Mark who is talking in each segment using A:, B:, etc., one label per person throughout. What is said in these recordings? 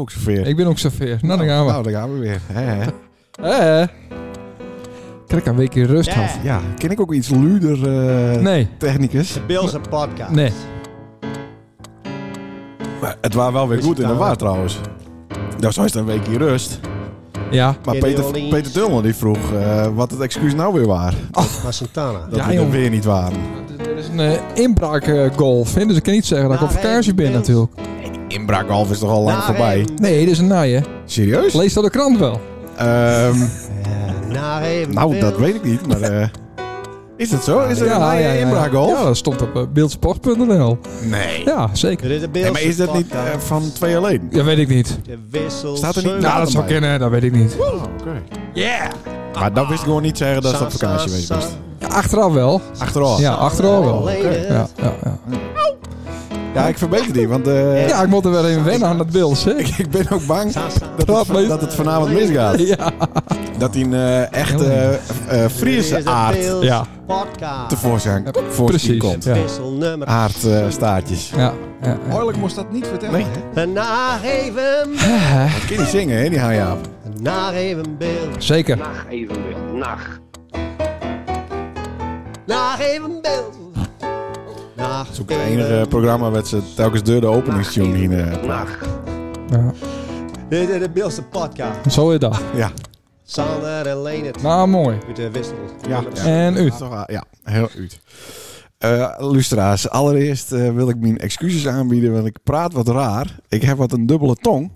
A: Ook zover.
B: Ik ben ook chauffeur. Nou, dan gaan we.
A: Nou, daar gaan we weer. Hè, hè.
B: Eh. Krijg een weekje rust af.
A: Oh. Ja, ken ik ook iets luider eh,
B: Nee,
A: technicus?
C: De Bills podcast.
B: Nee.
A: Maar het was wel weer
C: Is
A: goed in
C: het
A: de
C: nou-
A: war trouwens. Nou, zo is het een weekje rust.
B: ja.
A: Maar
C: In New
A: Peter,
C: Orleans.
A: Peter Tullman die vroeg eh, wat het excuus nou weer was.
C: Maar Santana.
A: Dat
B: Ja,
A: we er
B: jongen.
A: weer niet waren.
B: Er is een eh, inbraakgolf, hè, dus ik kan niet zeggen dat ik
C: Nou,
B: op vakantie
C: nee,
B: ben
C: Bills.
B: natuurlijk.
A: Inbraakhalve is toch al lang
C: Naar
A: voorbij?
C: hem.
B: Nee, dit is een naai, hè.
A: Nou, Serieus?
B: Lees dat de krant wel.
A: Ehm,
C: Eh, naar hem.
A: nou, dat
C: Bills.
A: weet ik niet, maar... eh, is dat zo? Is er een ja, inbraakgolf?
B: Ja, dat stond op eh, beeldsport.nl.
A: Nee.
B: Ja, zeker.
C: Dit is de Bills
A: Nee, maar is dat niet eh,
C: podcast.
A: van twee alleen?
B: Ja, weet ik niet.
C: De wissel.
A: Staat er niet-
C: Zeun.
B: Nou, dat zou kennen, dat weet ik niet.
A: Oh, oké. Maar dat wist ik gewoon niet zeggen dat ze op
C: Sa- sa-
A: vakantie geweest
C: sa-
A: was.
B: Ja, achteraf wel.
A: Achteraf.
B: Ja, achteraf wel.
C: Oké.
B: Ja, ja, ja.
A: Ja, ik verbeter die, want eh,
B: ja, ik moet er wel even wennen aan dat beeld, hè.
A: ik, ik ben ook bang
C: sa- sa-
A: dat het, dat het vanavond misgaat.
B: Ja.
A: Dat die een eh, echte eh, eh,
C: Dit is
A: Friese
C: de
A: aard
C: Bills
B: Ja.
C: podcast.
A: tevoorschijn
B: Ja,
A: voorschijn
B: precies.
A: komt.
B: Ja.
C: Wissel nummer.
A: Ah. Aardstaartjes.
B: Ja, ja, ja.
D: Oorlijk moest dat niet vertellen.
A: Nee.
D: hè?
C: En Naar even.
A: Dat kan niet zingen, hè, die Hanjaap.
C: Naar even Bills.
B: Zeker.
E: Nacht even weer. Nacht.
C: Naar even Bills. Naar
A: Het is ook het enige programma waar ze telkens deur de openingstune hier eh, plaatsen.
E: Nacht.
B: Ja.
C: Dit is de Bills podcast.
B: Zo is dat.
A: Ja,
C: Sander en Leendert.
B: Nou, mooi.
C: Met de wissel.
A: ja. ja.
B: En
A: Dat
B: u.
A: is toch wel- Ja, heel uit. Eh luisteraars, allereerst eh, wil ik mijn excuses aanbieden, want ik praat wat raar. Ik heb wat een dubbele tong.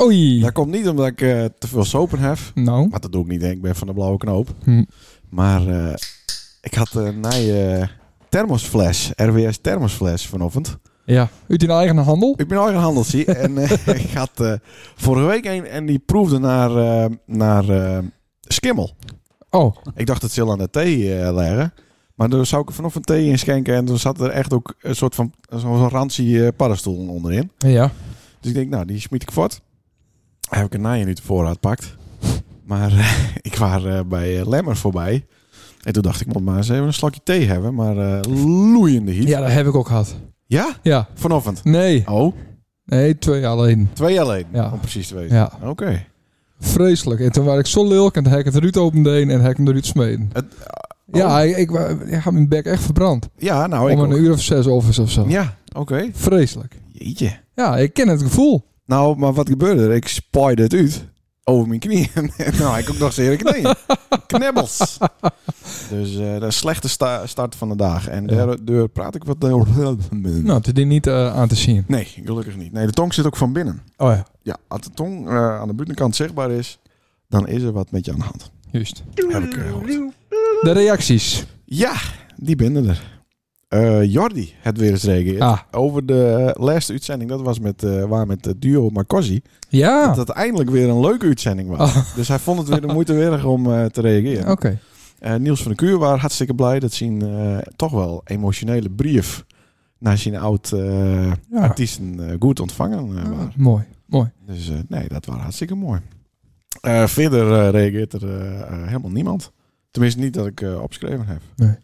B: Oei.
A: Dat komt niet omdat ik eh, te veel sopen heb,
B: Nou.
A: Maar dat doe ik niet, hè. ik ben van de blauwe knoop.
B: Hm.
A: Maar eh, ik had een nieuwe thermosfles, RWS thermosfles vanochtend.
B: Ja. Uit in eigen handel?
A: Ik ben eigen handelsie en eh, ik had eh, vorige week een en die proefde naar, eh, naar eh, skimmel.
B: Oh.
A: Ik dacht dat ze al aan de thee eh, leggen. Maar toen zou ik er vanochtend thee in schenken en toen zat er echt ook een soort van zo'n rancie eh paddenstoel onderin.
B: Ja.
A: Dus ik denk, nou, die smiet ik voort. Heb ik een naaier nu tevoren uitpakt. Maar eh, ik was eh, bij eh, Lemmer voorbij. En toen dacht ik, moet maar eens even een slokje thee hebben. Maar eh, loeiende heat.
B: Ja, dat heb ik ook gehad.
A: Ja?
B: Ja.
A: Vanochtend?
B: Nee.
A: Oh,
B: Nee, twee jaar alleen.
A: twee alleen.
B: Ja.
A: Om precies te weten.
B: Ja.
A: Oké.
B: Vreselijk. En toen was ik zo lulk en toen heb ik het eruit opendeen en heb ik hem eruit smeden.
A: Het-
B: Ja, ik, ik, wa- ik had mijn bek echt verbrand.
A: Ja, nou, ik
B: Om een
A: ook.
B: uur of zes overigens of zo.
A: Ja, oké.
B: Vreselijk.
A: Jeetje.
B: Ja, ik ken het gevoel.
A: Nou, maar wat gebeurde er? Ik spaaide het uit. Over mijn knieën. nou, ik ook nog zeer knieën. Knebbels. Dus eh, dat is een slechte sta- start van de dag. En
B: Ja.
A: daar, daar praat ik wat...
B: Nou, het is dit niet eh, aan te zien.
A: Nee, gelukkig niet. Nee, de tong zit ook van binnen.
B: Oh ja,
A: Ja, als de tong eh, aan de buitenkant zichtbaar is, dan is er wat met je aan de hand.
B: juist.
A: Heb ik eh, gehoord.
B: De reacties.
A: Ja, die binden er. Eh, Jordi het weer eens reageerd.
B: Ah,
A: Over de eh, laatste uitzending, dat was met, eh, waar met het duo Marcosi.
B: ja.
A: Dat het eindelijk weer een leuke uitzending was.
B: Ah,
A: Dus hij vond het weer de moeite waard om eh, te reageren.
B: Oké.
A: Eh, Niels van de Kuur was hartstikke blij dat zien eh, toch wel emotionele brief naar zijn oud eh,
B: Ja.
A: artiesten eh, goed ontvangen eh, waren.
B: Ah, mooi, mooi.
A: Dus eh, nee, dat was hartstikke mooi. Eh, verder eh, reageert er eh, eh, helemaal niemand. Tenminste, niet dat ik eh, opgeschreven heb.
B: Nee.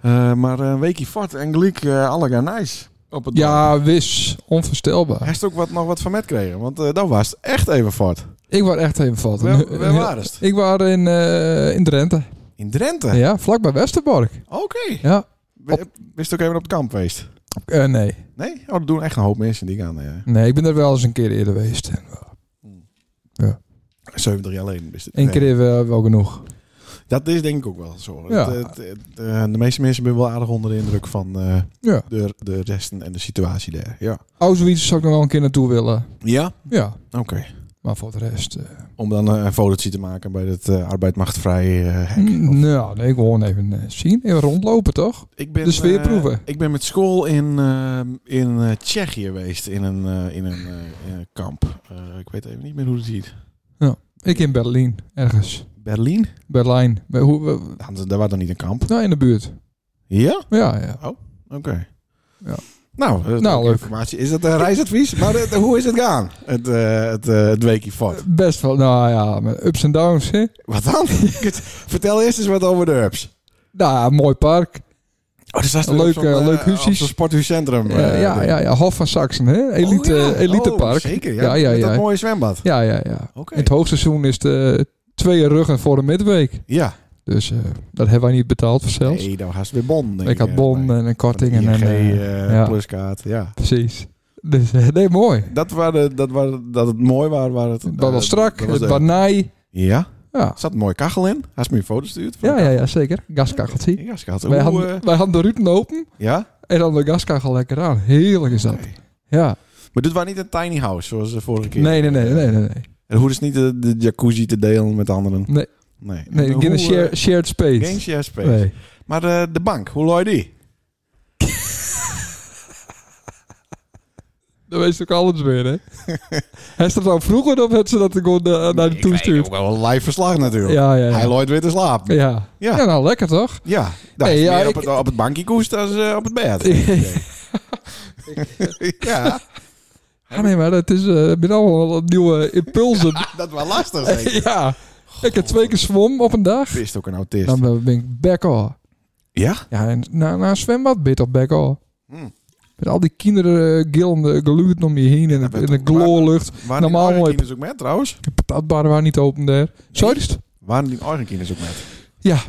A: Eh, maar eh, een weekje fort en gelijk eh alle gaan nice. Op het dorp.
B: Ja, wis. Onvoorstelbaar.
A: Heeft ook wat, nog wat van met kregen, want eh, dat was het echt even fort.
B: Ik was echt even valt.
A: Waar- waar waren ze?
B: Ik was in, eh, in Drenthe.
A: In Drenthe?
B: Ja, vlakbij Westerbork.
A: Oké.
B: Ja.
A: Wist Wist ook even op het kamp geweest?
B: Eh, nee.
A: Nee? Oh, dat doen echt een hoop mensen die gaan. eh
B: Nee, ik ben er wel eens een keer eerder geweest. Ja.
A: 70 jaar geleden is het.
B: Eén keer even eh, wel genoeg.
A: Dat is denk ik ook wel zo.
B: Ja.
A: Het- het- het, eh, de meeste mensen zijn wel aardig onder de indruk van eh,
B: Ja.
A: de, de resten en de situatie daar. Ja.
B: Auschwitz zou ik nog wel een keer naartoe willen.
A: Ja?
B: Ja,
A: Oké.
B: maar voor de rest... eh,
A: Om dan eh, een fotootje te maken bij het eh, Arbeid Macht Vrij eh, hek.
B: mm, nou, nee, gewoon even eh, zien. Even rondlopen, toch?
A: Ik ben,
B: de sfeer
A: eh,
B: proeven.
A: ik ben met school in, eh, in eh, Tsjechië geweest. In een, eh, in een eh, eh, kamp. Eh, ik weet even niet meer hoe het heet.
B: Ik in Berlijn, ergens.
A: Berlijn?
B: Berlijn. Bij- Hoe, we-
A: Daar hadden- daar was dan niet een kamp.
B: nou, in de buurt.
A: Ja?
B: Ja, ja.
A: Oké.
B: Ja.
A: Nou, eh,
B: Nou, leuk.
A: informatie. Is dat een reisadvies? maar eh, hoe is het gaan? Het, eh, het, eh, het weekje fort.
B: Best wel, nou ja, met ups en downs, hè?
A: Wat dan? Vertel eerst eens wat over de ups.
B: Nou, ja, mooi park.
A: Oh, dus Oh, dat is
B: Een leuk, eh, leuk huisjes.
A: Een sporthuiscentrum.
B: Ja,
A: eh,
B: ja,
A: ding.
B: ja, ja. Hof van Saxen, hè? Elite,
A: Oh, ja.
B: elitepark.
A: Oh, zeker, ja.
B: Ja, ja,
A: Met dat
B: ja.
A: mooie zwembad.
B: Ja, ja, ja.
A: Oké.
B: In het hoogseizoen is het eh, twee ruggen voor een midweek.
A: Ja.
B: Dus eh, dat hebben wij niet betaald voor zelfs.
A: Nee, dan gaan ze weer bon. denk
B: ik had
A: eh,
B: bon
A: bij-
B: en een korting en...
A: van ING,
B: eh,
A: eh,
B: ja.
A: pluskaart, ja.
B: Precies. Dus, eh, nee, mooi.
A: Dat, waren, dat, waren, dat het mooi was, waar het...
B: Het was wel
A: eh,
B: strak,
A: dat was
B: het
A: de-
B: banai.
A: Ja,
B: Ja.
A: er zat een mooie kachel in. Hij is me een foto stuurt.
B: Ja, ja, ja, zeker. Gaskacheltje.
A: Ja, schat.
B: Wij
A: Hoe,
B: hadden,
A: eh,
B: wij hadden de ruiten open
A: ja?
B: en dan de gaskachel lekker aan. Heerlijk is dat.
A: Oké.
B: Ja.
A: Maar dit was niet een tiny house zoals de vorige keer.
B: Nee, nee, nee, nee, nee. nee.
A: En hoe is niet de, de jacuzzi te delen met anderen?
B: Nee.
A: Nee,
B: Nee,
A: Hoe,
B: geen een
A: eh,
B: share- shared space.
A: geen share space.
B: Nee.
A: Maar eh, de bank, hoe looi die?
B: Dat weet ze ook alles weer, hè? Heeft ze dat nou vroeger of heeft ze dat gewoon eh, naar de toe
A: Ik
B: stuurt?
A: heb ook wel een live verslag natuurlijk.
B: Ja, ja,
A: Hij
B: ja.
A: looit weer te slapen. Ja,
B: Eh, Ja.
A: Ja.
B: ja, nou lekker toch?
A: daar
B: Nee,
A: is
B: ja,
A: meer op,
B: ik-
A: het, op het bankje koest als eh, op het bed. ja,
B: Ah, nee, maar het is eh, met allemaal nieuwe impulsen.
A: dat was lastig. Zeker.
B: ja. Ik heb twee keer zwom op een dag.
A: Pist ook een autist.
B: Dan eh, ben ik back off.
A: ja?
B: Ja, en na, na een zwembad ben je toch back off.
A: Hm.
B: Met al die kinderen eh, gillende geluiden om je heen en
A: Ja,
B: de,
A: dat
B: en de
A: toch-
B: gloorlucht.
A: Waren
B: Normaal
A: die
B: mooi.
A: Orgenkines ook met trouwens?
B: De patatbar waren niet open daar. Sorry? het?
A: Waren die Orgenkines ook met?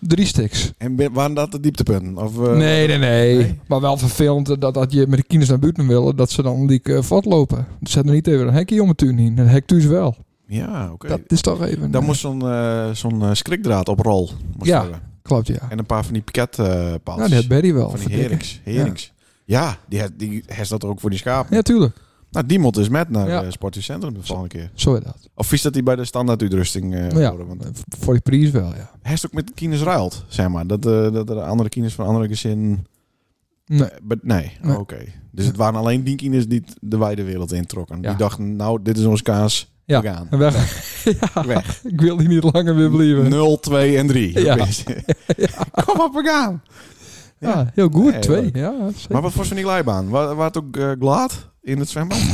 B: Drie sticks.
A: En ben- waren dat de dieptepunten? Of, eh,
B: nee, nee, nee,
A: nee?
B: Maar wel vervelend eh, dat, dat je met de kinderen naar buiten willen, dat ze dan die eh, voortlopen. Ze zetten niet even een hekje om het tuin heen. Een hek thuis wel.
A: Ja, oké.
B: Dat is toch even...
A: Dan
B: eh,
A: moest zo'n eh, zo'n eh, schrikdraad op rol. Moest
B: Ja.
A: hebben.
B: Klopt, ja.
A: En een paar van die piketpaaltjes.
B: Nou, die had Barry wel.
A: van die
B: verdikken.
A: herings. herings. Ja, die, had- die heeft dat ook voor die schapen.
B: Ja, tuurlijk.
A: Nou, die moet dus met naar
B: Ja.
A: het sportcentrum de volgende keer.
B: Zo is dat.
A: Of vies dat die bij de standaarduitrusting eh
B: Ja.
A: worden? Want
B: Voor die prijs wel, ja.
A: hij is ook met kines ruilt, zeg maar. Dat, eh, dat er andere kines van andere gezin...
B: Nee.
A: Eh, but- nee,
B: Nee.
A: oké. Dus het waren alleen die kines die t- de wijde wereld introkken.
B: Ja.
A: Die dachten, nou, dit is ons kaas.
B: Ja.
A: We gaan.
B: En weg.
A: Weg.
B: Ik wil hier niet langer weer blijven.
A: 0, 2 en 3.
B: Ja.
A: Kom op, we gaan.
B: Ja, heel goed.
A: Nee,
B: Twee.
A: leuk.
B: Ja, zeker.
A: Maar wat was van die glijbaan? Wa- Waar het ook eh, glad in het zwembad?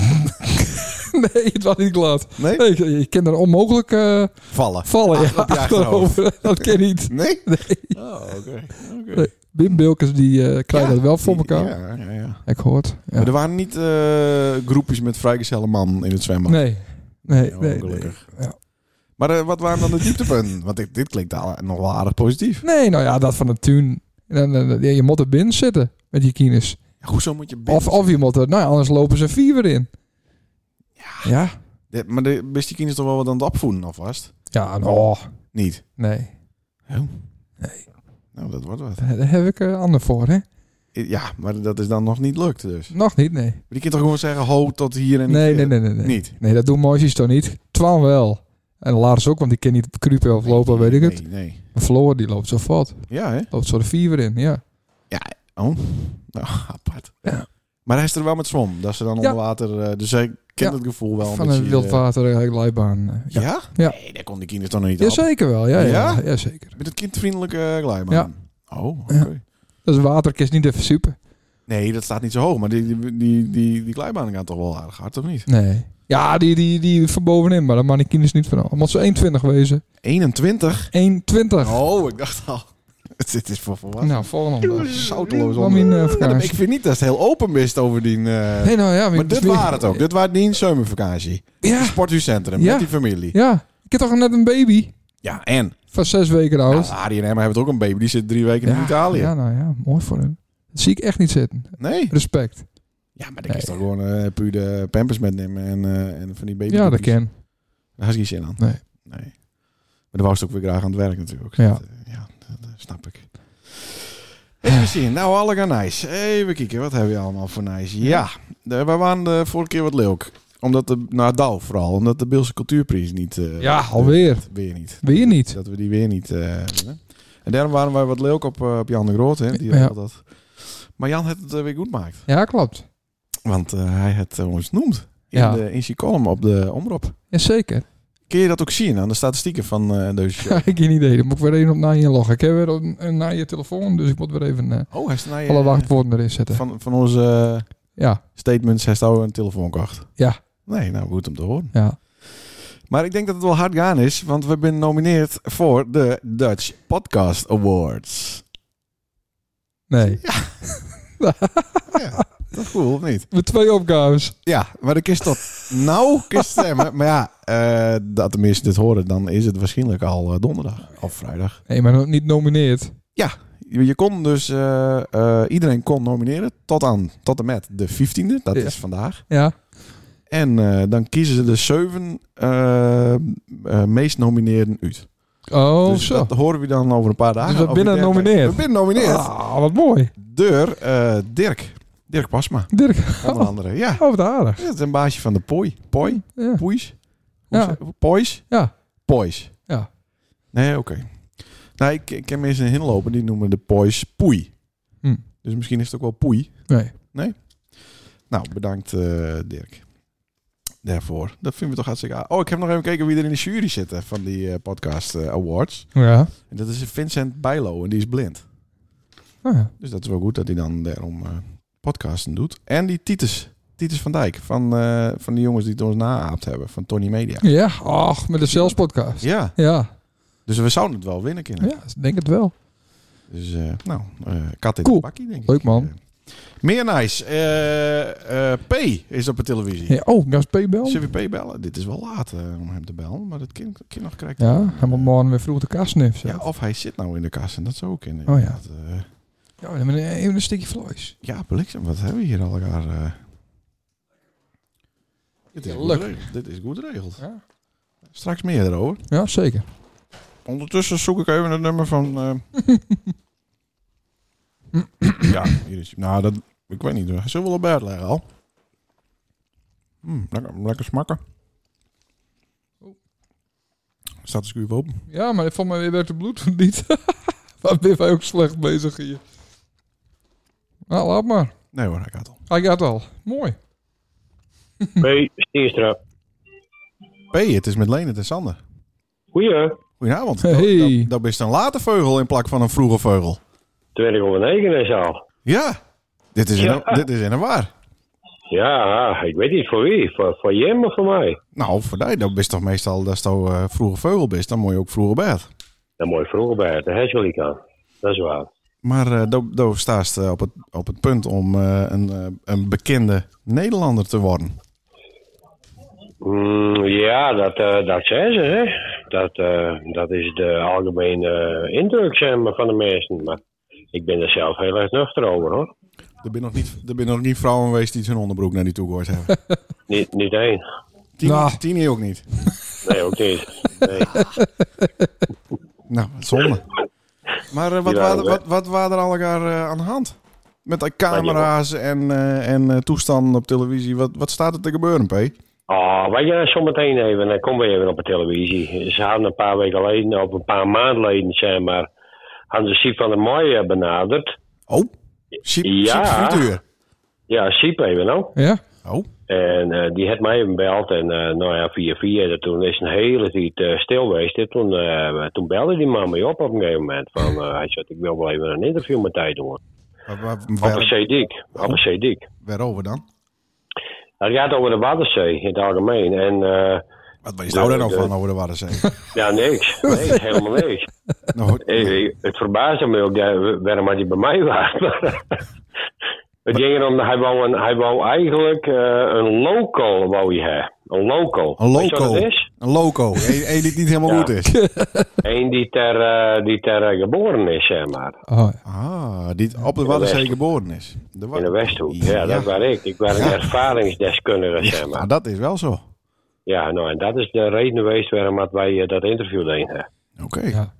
B: nee, het was niet glad.
A: Nee?
B: Nee, je, je kan er onmogelijk eh,
A: Vallen.
B: vallen. Ja,
A: Achterop je achterhoofd.
B: achterover. Dat kan niet.
A: Nee?
B: Nee.
A: Oh, oké. Oké.
B: Nee. Wim Bilkes die eh, krijgt
A: Ja,
B: dat wel voor elkaar.
A: Ja, ja, ja.
B: Ik hoort. Ja.
A: Maar er waren niet eh, groepjes met vrijgezelle man in het zwembad.
B: Nee. Nee,
A: Ja,
B: nee, nee.
A: ongelukkig.
B: Ja.
A: Maar eh, wat waren dan de dieptepunten? Want dit, dit klinkt al, eh, nog wel aardig positief.
B: Nee, nou ja, dat van de tuin. En, en, en, je moet er binnen zitten met je kines.
A: Ja, hoezo moet je binnen?
B: Of, of je moet er, nou ja, anders lopen ze vier weer in. Ja. Ja,
A: Dit- maar de, best die kinderen toch wel wat aan het opvoeden, alvast?
B: ja nou,
A: Niet.
B: nee.
A: Nou, dat wordt wat.
B: Daar daar heb ik een ander voor, hè?
A: Ja, maar dat is dan nog niet lukt dus. Maar
B: Nog niet, nee.
A: die kind toch gewoon zeggen, ho, tot hier en niet
B: Nee, nee,
A: verder?
B: nee, nee. Nee,
A: Niet.
B: nee dat doen mooisjes toch niet? Twan wel. En Lars ook, want die kan niet kruipen of lopen, weet ik het.
A: Nee, nee.
B: Maar Floor, die loopt zo vlot.
A: Ja, hè?
B: Loopt zo de vier weer in, ja.
A: Oh, nou, apart.
B: Ja.
A: Maar hij is er wel met zwom, dat ze dan
B: Ja.
A: onder water... eh, dus hij kent
B: Ja.
A: het gevoel wel
B: Van
A: beetje,
B: een
A: eh,
B: wildwater-glijbaan. eh,
A: Ja?
B: Ja. Ja.
A: Nee, daar kon die kinderen toch nog niet op.
B: Jazeker wel, ja, ja,
A: Ja?
B: ja. zeker.
A: Met het kindvriendelijke eh, glijbaan.
B: Ja.
A: Oh, oké.
B: Dat is waterkist niet even super.
A: Nee, dat staat niet zo hoog. Maar die, die, die, die, die glijbaan gaat toch wel aardig hard, of niet?
B: Nee. Ja, die, die, die van bovenin, maar dat mannequin is niet van. al. Moet ze 1,20 wezen.
A: 21?
B: 1,20.
A: Oh, ik dacht al. Dit is voor volwassenen.
B: nou, volgende.
A: Zouteloos
B: Kwam in eh,
A: Ja,
B: vakantie.
A: ik vind niet dat het heel open is over die... eh,
B: Nee, nou ja,
A: maar
B: het is
A: dit
B: weer-
A: waren het ook. Dit waren die in zomervakantie.
B: Ja,
A: Sporthuiscentrum,
B: Ja.
A: met die familie. Ja,
B: ja. Ik heb toch net een baby
A: en? Nou,
B: van zes weken
A: Ja,
B: oud.
A: Arie en Emma hebben het ook een baby. Die zit drie weken in Italië.
B: Oh. Ja, nou ja, mooi voor hem. Dat zie ik echt niet zitten.
A: Nee?
B: Respect.
A: Ja, maar dat
B: Nee.
A: is toch gewoon eh puur de pampers metnemen en, eh, en van die baby.
B: Ja, dat ken.
A: Daar had ik geen zin aan.
B: Nee.
A: nee. Maar dan was het ook weer graag aan het werk natuurlijk.
B: Ja.
A: Dat, eh, ja, dat, eh, snap ik. Even zien. Nou, alle gaan nice. Even kijken. Wat hebben we allemaal voor nice? Ja, de, we waren de vorige keer wat leuk. Omdat de, nou, Douw vooral. Omdat de Beelse Cultuurprijs niet... eh,
B: Ja,
A: de-
B: alweer.
A: weer niet.
B: Weer niet.
A: Dat we die weer niet eh, winnen. En daarom waren wij wat leuk op, eh, op Jan de Groot. Hè? Die
B: Ja.
A: had dat. Maar Jan had het eh, weer goed gemaakt.
B: Ja, klopt.
A: Want eh, hij het eh, ons noemt. In,
B: Ja.
A: de, in zijn column op de omroep.
B: Ja, zeker.
A: Kun je dat ook zien aan de statistieken van eh deze show?
B: Ja, ik heb geen idee. Dan moet ik weer even op naar je loggen. Ik heb weer een, een naar je telefoon, dus ik moet weer even eh,
A: Oh, hij is naar je-
B: alle wachtwoorden erin zetten.
A: Van, van onze eh,
B: Ja,
A: statements heeft hij een telefoonkaart.
B: Ja.
A: Nee, nou goed om te horen.
B: ja.
A: Maar ik denk dat het wel hard gaan is, want we zijn nomineerd voor de Dutch Podcast Awards.
B: Nee.
A: Ja, dat is cool, of niet?
B: Met twee opgaves.
A: Ja, maar dan kist dat nou kist stemmen. Maar ja, eh, dat de mensen dit horen, dan is het waarschijnlijk al eh, donderdag of vrijdag.
B: Nee, maar nog niet nomineerd.
A: Je je kon dus, eh, eh, iedereen kon nomineren tot aan, tot en met de 15e. Dat
B: Ja.
A: is vandaag.
B: Ja.
A: En eh, dan kiezen ze de zeven eh, eh, meest nomineerden uit.
B: Oh,
A: dus
B: zo.
A: dat horen we dan over een paar dagen.
B: Dus we
A: Over
B: binnen
A: de derde-
B: nomineerd.
A: We binnen nomineerd.
B: Ah, wat mooi.
A: Door eh, Dirk. Dirk Pasma,
B: Dirk,
A: onder andere. Ja,
B: oh, wat aardig.
A: dat is een baasje van de Pooi. Pooi?
B: Ja.
A: Poeis?
B: Ja.
A: Ja. Pois?
B: Ja.
A: Pois.
B: Ja.
A: Nee, oké. Nou, ik, ik ken mensen in Hinlopen die noemen de Pois Poei.
B: Hm.
A: Dus misschien is het ook wel Poei.
B: Nee.
A: Nou, bedankt eh, Dirk. Daarvoor. Dat vinden we toch hartstikke aardig. Oh, ik heb nog even gekeken wie er in de jury zitten van die eh, podcast eh, awards.
B: Ja.
A: En dat is Vincent Bijlo en die is blind.
B: Ah, ja.
A: Dus dat is wel goed dat hij dan daarom eh, podcasten doet. En die Titus. Titus van Dijk. Van, eh, van die jongens die het ons naaapt hebben. Van Tony Media.
B: Ja, ach, met de Sales podcast.
A: Ja.
B: Ja.
A: Dus we zouden het wel winnen kunnen.
B: Ja, denk het wel.
A: Dus eh, nou, eh, kat in
B: Cool.
A: de bakkie, denk ik.
B: Leuk, man.
A: Eh, meer nice. Eh, eh, P is op de televisie.
B: Ja, oh, Gas P bel.
A: Zullen we P bellen? Dit is wel laat eh, om hem te bellen, maar dat kind, kind nog krijgt.
B: Ja, hij moet morgen weer vroeg de kaas nemen.
A: Ja, of hij zit nou in de kast en dat zou ook in.
B: Oh
A: eh,
B: ja. Ja, dan even een stukje vlees.
A: ja, bliksem, wat hebben we hier al elkaar? eh? Dit is,
B: Ja,
A: goed
B: leuk.
A: geregeld. Dit is goed geregeld.
B: Ja.
A: Straks meer erover.
B: Ja, zeker.
A: Ondertussen zoek ik even het nummer van. eh, ja, hier is. Nou, dat, ik weet niet. Hij zullen wel op bed leggen al. Mm, lekker, lekker smakken. Staat de schuur open?
B: Ja, maar volgens mij werd de bloed niet. Waar ben wij ook slecht bezig hier? Nou, laat maar.
A: Nee hoor, hij gaat al.
B: Hij gaat al. Mooi.
D: B. Steerstra.
A: P, het is met Lene en Sander.
D: Goeie.
A: Goedenavond.
B: Hey.
A: Dat, dat, dat is een late vleugel in plak van een vroege vleugel.
D: 2009 is al.
A: Ja, dit is,
D: Ja.
A: In, dit is in een waar.
D: Ja, ik weet niet voor wie. Voor, voor Jem of voor mij?
A: Nou, voor die, dat is toch meestal, dat is toch eh, vroege vleugel bent, dan moet je ook vroeg op bed.
D: Dan moet je vroeger bij het. Daar wel ik aan. Dat is waar.
A: Maar eh daar daar staat ze op het, op het punt om eh, een, eh, een bekende Nederlander te worden.
D: Mm, ja, dat, eh, dat zijn ze, hè. Dat, eh, dat is de algemene eh, indruk zeg maar, van de meesten. Maar ik ben er zelf heel erg nuchter over, hoor.
A: Er zijn nog, niet- er ben nog niet vrouwen geweest die hun onderbroek naar die toe gehoord hebben.
D: Niet, niet één.
A: Tini,
B: Nou.
A: Tini ook niet.
D: Nee, ook niet. Nee.
A: Nou, wat zonde. Maar eh, wat,
D: Die
A: waren,
D: waren
A: wat, wat waren er al elkaar eh, aan de hand? Met de camera's en, eh, en eh, toestanden op televisie. Wat, wat staat er te gebeuren, P?
D: Oh, weet je, zometeen even, dan komen we even op de televisie. Ze hadden een paar weken geleden, of een paar maanden geleden, zeg maar, hadden ze Siep van der Mooi eh, benaderd.
A: Oh, Siep,
D: Ja.
A: Siep Frituur.
D: Ja, Siep even nou.
B: Ja?
A: Oh,
D: En eh, die had mij even gebeld en eh, nou ja, via via, dat toen is een hele tijd eh, stil geweest. En toen, eh, toen belde die man mij op op een gegeven moment. Van, eh, hij zei, ik wil wel even een interview met hij doen.
A: waar- waar-
D: Op
A: waar-
D: een Dik. Op een Dik.
A: waarover dan?
D: Het gaat over de Waddenzee in het algemeen. En eh,
A: Wat weet je nou daar nou
D: de-
A: van over de Waddenzee?
D: ja, niks. Nee, helemaal niks.
A: nou,
D: Hey, hey, het verbaasde me ook dat, waarom hij bij mij was. het ging erom, dat hij wou, een, hij wou eigenlijk eh, een local wou hij hebben. Een local.
A: een
D: Weet je wat
A: loco.
D: dat is?
A: Een loco. Eén één die het niet helemaal
D: Ja.
A: goed is.
D: Eén die ter, eh, die ter eh, geboren is, zeg maar.
B: Oh, ja.
A: Ah, die op de Waddenzee
D: West.
A: geboren is. De Wa-
D: In de Westhoek. Ja, dat was ik. Ik was een ervaringsdeskundige, zeg
A: Nou,
D: maar.
A: dat is wel zo.
D: Ja, nou, en dat is de reden geweest waarom dat wij eh, dat interview deden. hè.
A: Oké.
B: Ja.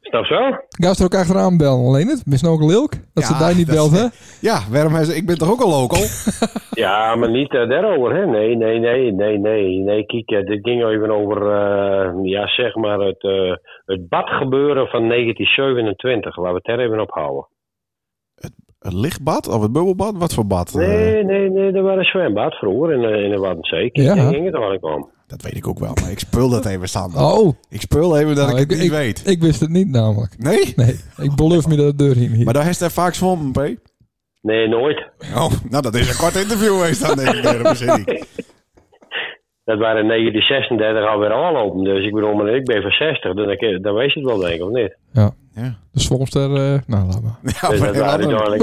D: Snap zo?
B: Gast er ook achteraan bellen, alleen het. Misschien ook Lilk. Dat
A: Ja,
B: ze daar niet
A: dat-
B: belt, hè?
A: Ja, waarom hij ze- ik ben toch ook een local?
D: Ja, maar niet eh, daarover, hè? Nee, nee, nee, nee, nee. nee. Kijk, eh, dit ging even over, eh, ja, zeg maar, het, eh, het badgebeuren van 1927. Laten we het daar even op houden.
A: Het lichtbad of het bubbelbad? Wat voor bad? eh,
D: Nee, nee, nee, er was een zwembad vroeger in, eh, in de Waddenzee. Kijk,
B: Ja.
D: daar ging het eigenlijk om.
A: dat weet ik ook wel, maar ik speel dat even Sander.
B: Oh,
A: Ik speel even dat
B: Nou,
A: ik het niet weet.
B: Ik wist het niet namelijk.
A: Nee?
B: Nee, ik beloof me dat de deur hier niet.
A: Maar daar heeft hij vaak zwommen, P.
D: Nee, nooit.
A: Oh, nou, dat is een kort interview geweest dan denk ik. daarom zit ik.
D: Dat waren in dus 1936 alweer al open. Dus ik bedoel, maar ik ben van 60, dan, dan weet je het wel, denk ik, of niet?
B: ja.
A: Ja.
B: De Swamster, eh, nou laat maar.
A: Ja,
D: Dus
A: maar
D: dat waren uiteindelijk,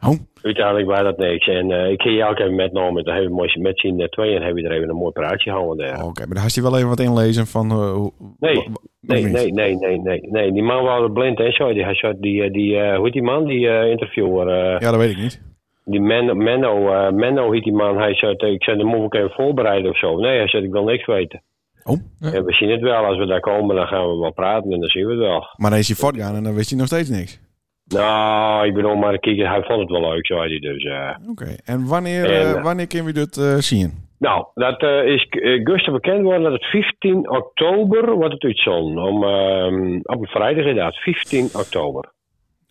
A: Oh.
D: uiteindelijk was dat niks. En eh, ik ging je ook even metnomen. Dan heb je een mooi met zien twee en heb je er even een mooi praatje houden. daar.
A: Oké, maar daar had je wel even wat inlezen van... eh, hoe-
D: Nee,
A: wa- wa-
D: Nee,
A: nog niet.
D: nee, nee, nee, nee, nee. Die man was blind en zo. Die, die, die, eh, die eh, hoe heet die man? Die eh, interviewer. eh,
A: Ja, dat weet ik niet.
D: Die Menno, Menno, eh, Menno heet die man. Hij zei, tegen- ik zei, dan moet ik even voorbereiden of zo. Nee, hij zei, ik wil niks weten.
A: Oh.
B: Ja.
D: En we zien het wel. Als we daar komen, dan gaan we wel praten en dan zien we het wel.
A: Maar dan is hij voortgaan en dan wist hij nog steeds niks.
D: Nou, ik bedoel, maar kijken, hij vond het wel leuk, zei hij dus. eh.
A: Oké, en wanneer,
D: En,
A: eh,
D: eh,
A: wanneer kunnen we dit eh, zien?
D: Nou, dat eh, is eh, Guster bekend worden dat het 15 oktober wordt het iets zo'n. Om, ehm, op een vrijdag inderdaad, 15 oktober.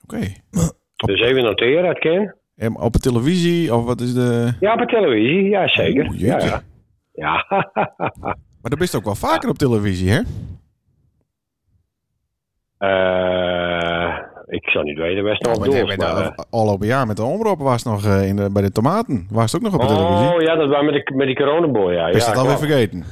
A: Oké.
D: Dus even noteren, dat ken.
A: En Op de televisie of wat is de...
D: Ja, op de televisie, ja zeker.
A: Oeh,
D: ja,
A: jeetje.
D: ja. ja.
A: Maar dat is ook wel vaker op televisie, hè?
D: Eh, ik zou niet weten, best nog
A: Ja,
D: op
A: Oh, maar nee,
D: doels.
A: maar
D: maar, eh.
A: de- al op jaar met de omroep was nog eh, in de, bij de tomaten. Was het ook nog op de televisie?
D: Oh ja, dat was met, de, met die coronaboy, ja.
A: Is
D: ja,
A: dat alweer
D: klopt.
A: vergeten?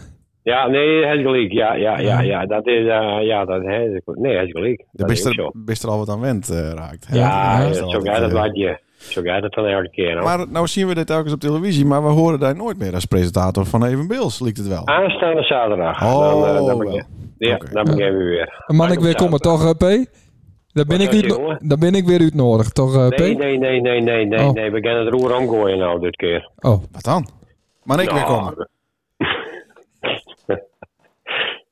D: Ja, nee, het gelijk. Ja, ja, ja, ja. Dat is, eh, ja, dat is, nee, het gelijk.
A: De
D: Dat is
A: best
D: ook
A: er,
D: zo.
A: best er al wat aan wend eh, raakt. hè?
D: Ja,
B: Ja,
D: ja,
A: is
D: zo
A: altijd,
D: gaat dat
A: eh,
D: wat je. Zo gaat dat dan elke keer. hoor.
A: Maar nou zien we dit telkens op televisie, maar we horen daar nooit meer als presentator van Even Beels, liekt het wel.
D: Aanstaande zaterdag.
A: Oh,
D: Ah, dan, eh, dan ben
A: wel.
D: ik, ja,
A: Oké.
D: dan begin we weer.
B: En man, ik weer komen toch, eh, P? Daar ben,
D: Wat
B: ik
D: zeg je,
B: weer,
D: jongen?
B: daar ben ik weer uit nodig, toch, eh,
D: Nee,
B: P?
D: nee, nee, nee, nee, nee,
B: Oh.
D: nee. We gaan het roer omgooien nou dit keer.
B: Oh,
A: Wat dan? Maar ik weer
D: Nou,
A: komen.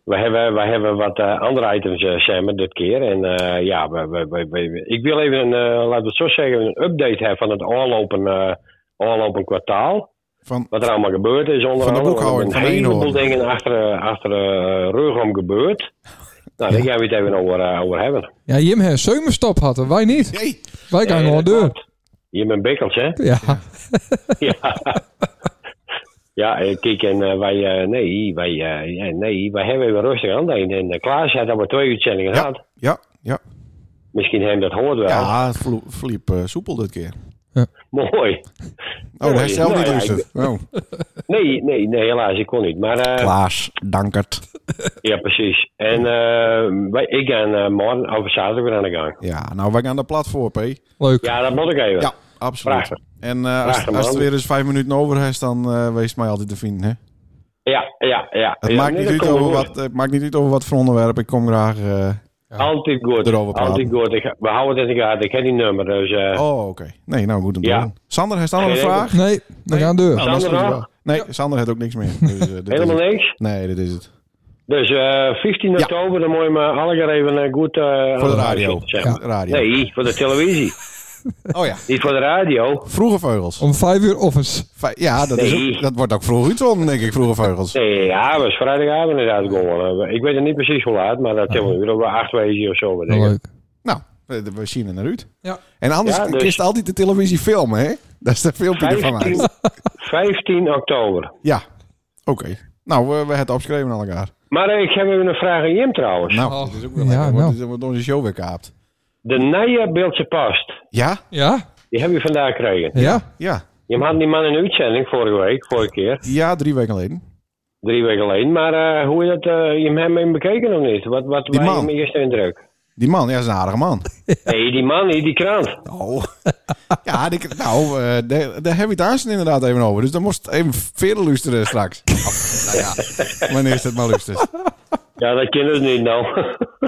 D: We hebben, we hebben wat eh, andere items eh, samen dit keer. En eh, ja, we, we, we- we- ik wil even, een, eh, laten we het zo zeggen, een update hebben van het aanlopen, eh, aanlopen kwartaal.
A: Van,
D: Wat er allemaal gebeurd is onder
A: Van de
D: andere. Er
A: boekhouding
D: zijn
A: van
D: een heleboel
A: Eenhoorn.
D: dingen achter, eh, achter eh, rug om gebeurd. Nou, daar gaan we het even over, eh, over hebben.
B: ja, Jim heeft een zomerstop had, wij niet.
A: hey,
B: Wij gaan
D: Eh,
B: gewoon deur.
D: Je bent bikkels, hè?
B: Ja,
D: ja. Ja, eh, kijk, en eh, wij, eh, nee, wij, eh, ja, nee, wij hebben even rustig aan. En eh, Klaas had al maar twee uitzendingen
A: Ja.
D: gehad.
A: ja, ja.
D: Misschien hem dat hoort wel.
A: Ja, het vlo- verliep eh, soepel dit keer.
D: Mooi.
A: Oh, hij
D: Nee,
A: heeft zelf
D: nou
A: niet
D: ja,
A: luisterd. Oh.
D: Nee, nee, nee, helaas, ik kon niet. Maar eh,
A: Klaas, dankert.
D: ja, precies. En eh, wij, ik ga eh, morgen over zaterdag weer aan de gang.
A: Ja, nou, wij gaan naar platform, hè?
B: leuk.
D: Ja, dat moet ik even.
A: Ja, absoluut.
D: Prachtig.
A: En eh, als,
D: Prachtig,
A: als het
D: man.
A: weer eens vijf minuten over is, dan eh, wees mij altijd te vinden, hè?
D: ja, ja. ja.
A: Het
D: Ja,
A: maakt,
D: nee,
A: niet
D: dat
A: uit
D: komt
A: over
D: goed.
A: wat, het maakt niet uit over wat voor onderwerp. Ik kom graag... eh,
D: Altijd goed.
A: Erover praten.
D: Altijd goed. Ik, we houden het in de gaten. Ik heb die nummer, dus... eh,
A: Oh, oké. Nee, nou goed om te
D: Ja.
A: doen. Sander, heeft Sander een
D: Geen
A: vraag?
B: Nee, we gaan deur.
A: Nou, dat is
D: Sander
A: goed
D: nog?
A: wel. Nee, Sander heeft ook niks meer. Dus, eh, dit is
D: Helemaal
A: het.
D: niks.
A: Nee, dit is het.
D: Dus eh 15 oktober, dan moet je me alle keer even eh, goed... eh,
A: Voor
D: aan
A: de
D: huis
A: radio.
D: zitten, zeg
A: Ja,
D: maar.
A: radio.
D: Nee, voor de televisie.
A: Oh ja,
D: Niet voor de radio.
A: vroege vogels.
B: Om vijf uur offers.
A: Fi- Ja, dat, is
D: Nee.
A: ook- dat wordt ook vroeg iets om, denk ik, vroege vogels.
D: Nee, ja, dat is vrijdagavond inderdaad gewoon. Eh, Ik weet het niet precies hoe laat, maar dat is wel een uur of acht wezen of zo. wat
B: Nou,
D: dingen.
B: leuk.
A: Nou, we we zien er naar uit.
B: Ja.
A: En anders
D: Ja, dus-
A: is het altijd de televisie filmen, hè? Dat is de filmpje ervan uit.
D: 15, 15 oktober.
A: Ja, oké. Nou, we, we hebben het opgeschreven aan elkaar.
D: Maar eh, ik heb even een vraag aan Jim trouwens.
A: Nou,
B: Oh,
A: dat is ook wel
B: ja,
A: lekker.
B: nou.
A: want Dan wordt onze show weer kaapt.
D: De Naya Beeldse Past,
A: Ja?
B: Ja?
D: die heb je vandaag gekregen.
B: Ja?
A: Ja.
D: Je had die man in de uitzending vorige week, vorige keer,
A: Ja, drie weken geleden.
D: drie weken geleden. Maar eh, hoe is dat, eh, je hebt hem even bekeken of niet? Wat, wat
A: Die
D: was
A: man.
D: je eerste indruk?
A: Die man, ja, dat is een aardige man.
D: Nee, die man, niet die krant.
A: Nou, ja, die, nou eh, daar, daar heb je het aanzien inderdaad even over. Dus dan moest het even verder luisteren straks. Af- nou ja, wanneer is het maar luistert.
D: Ja, dat kennen ze niet nou.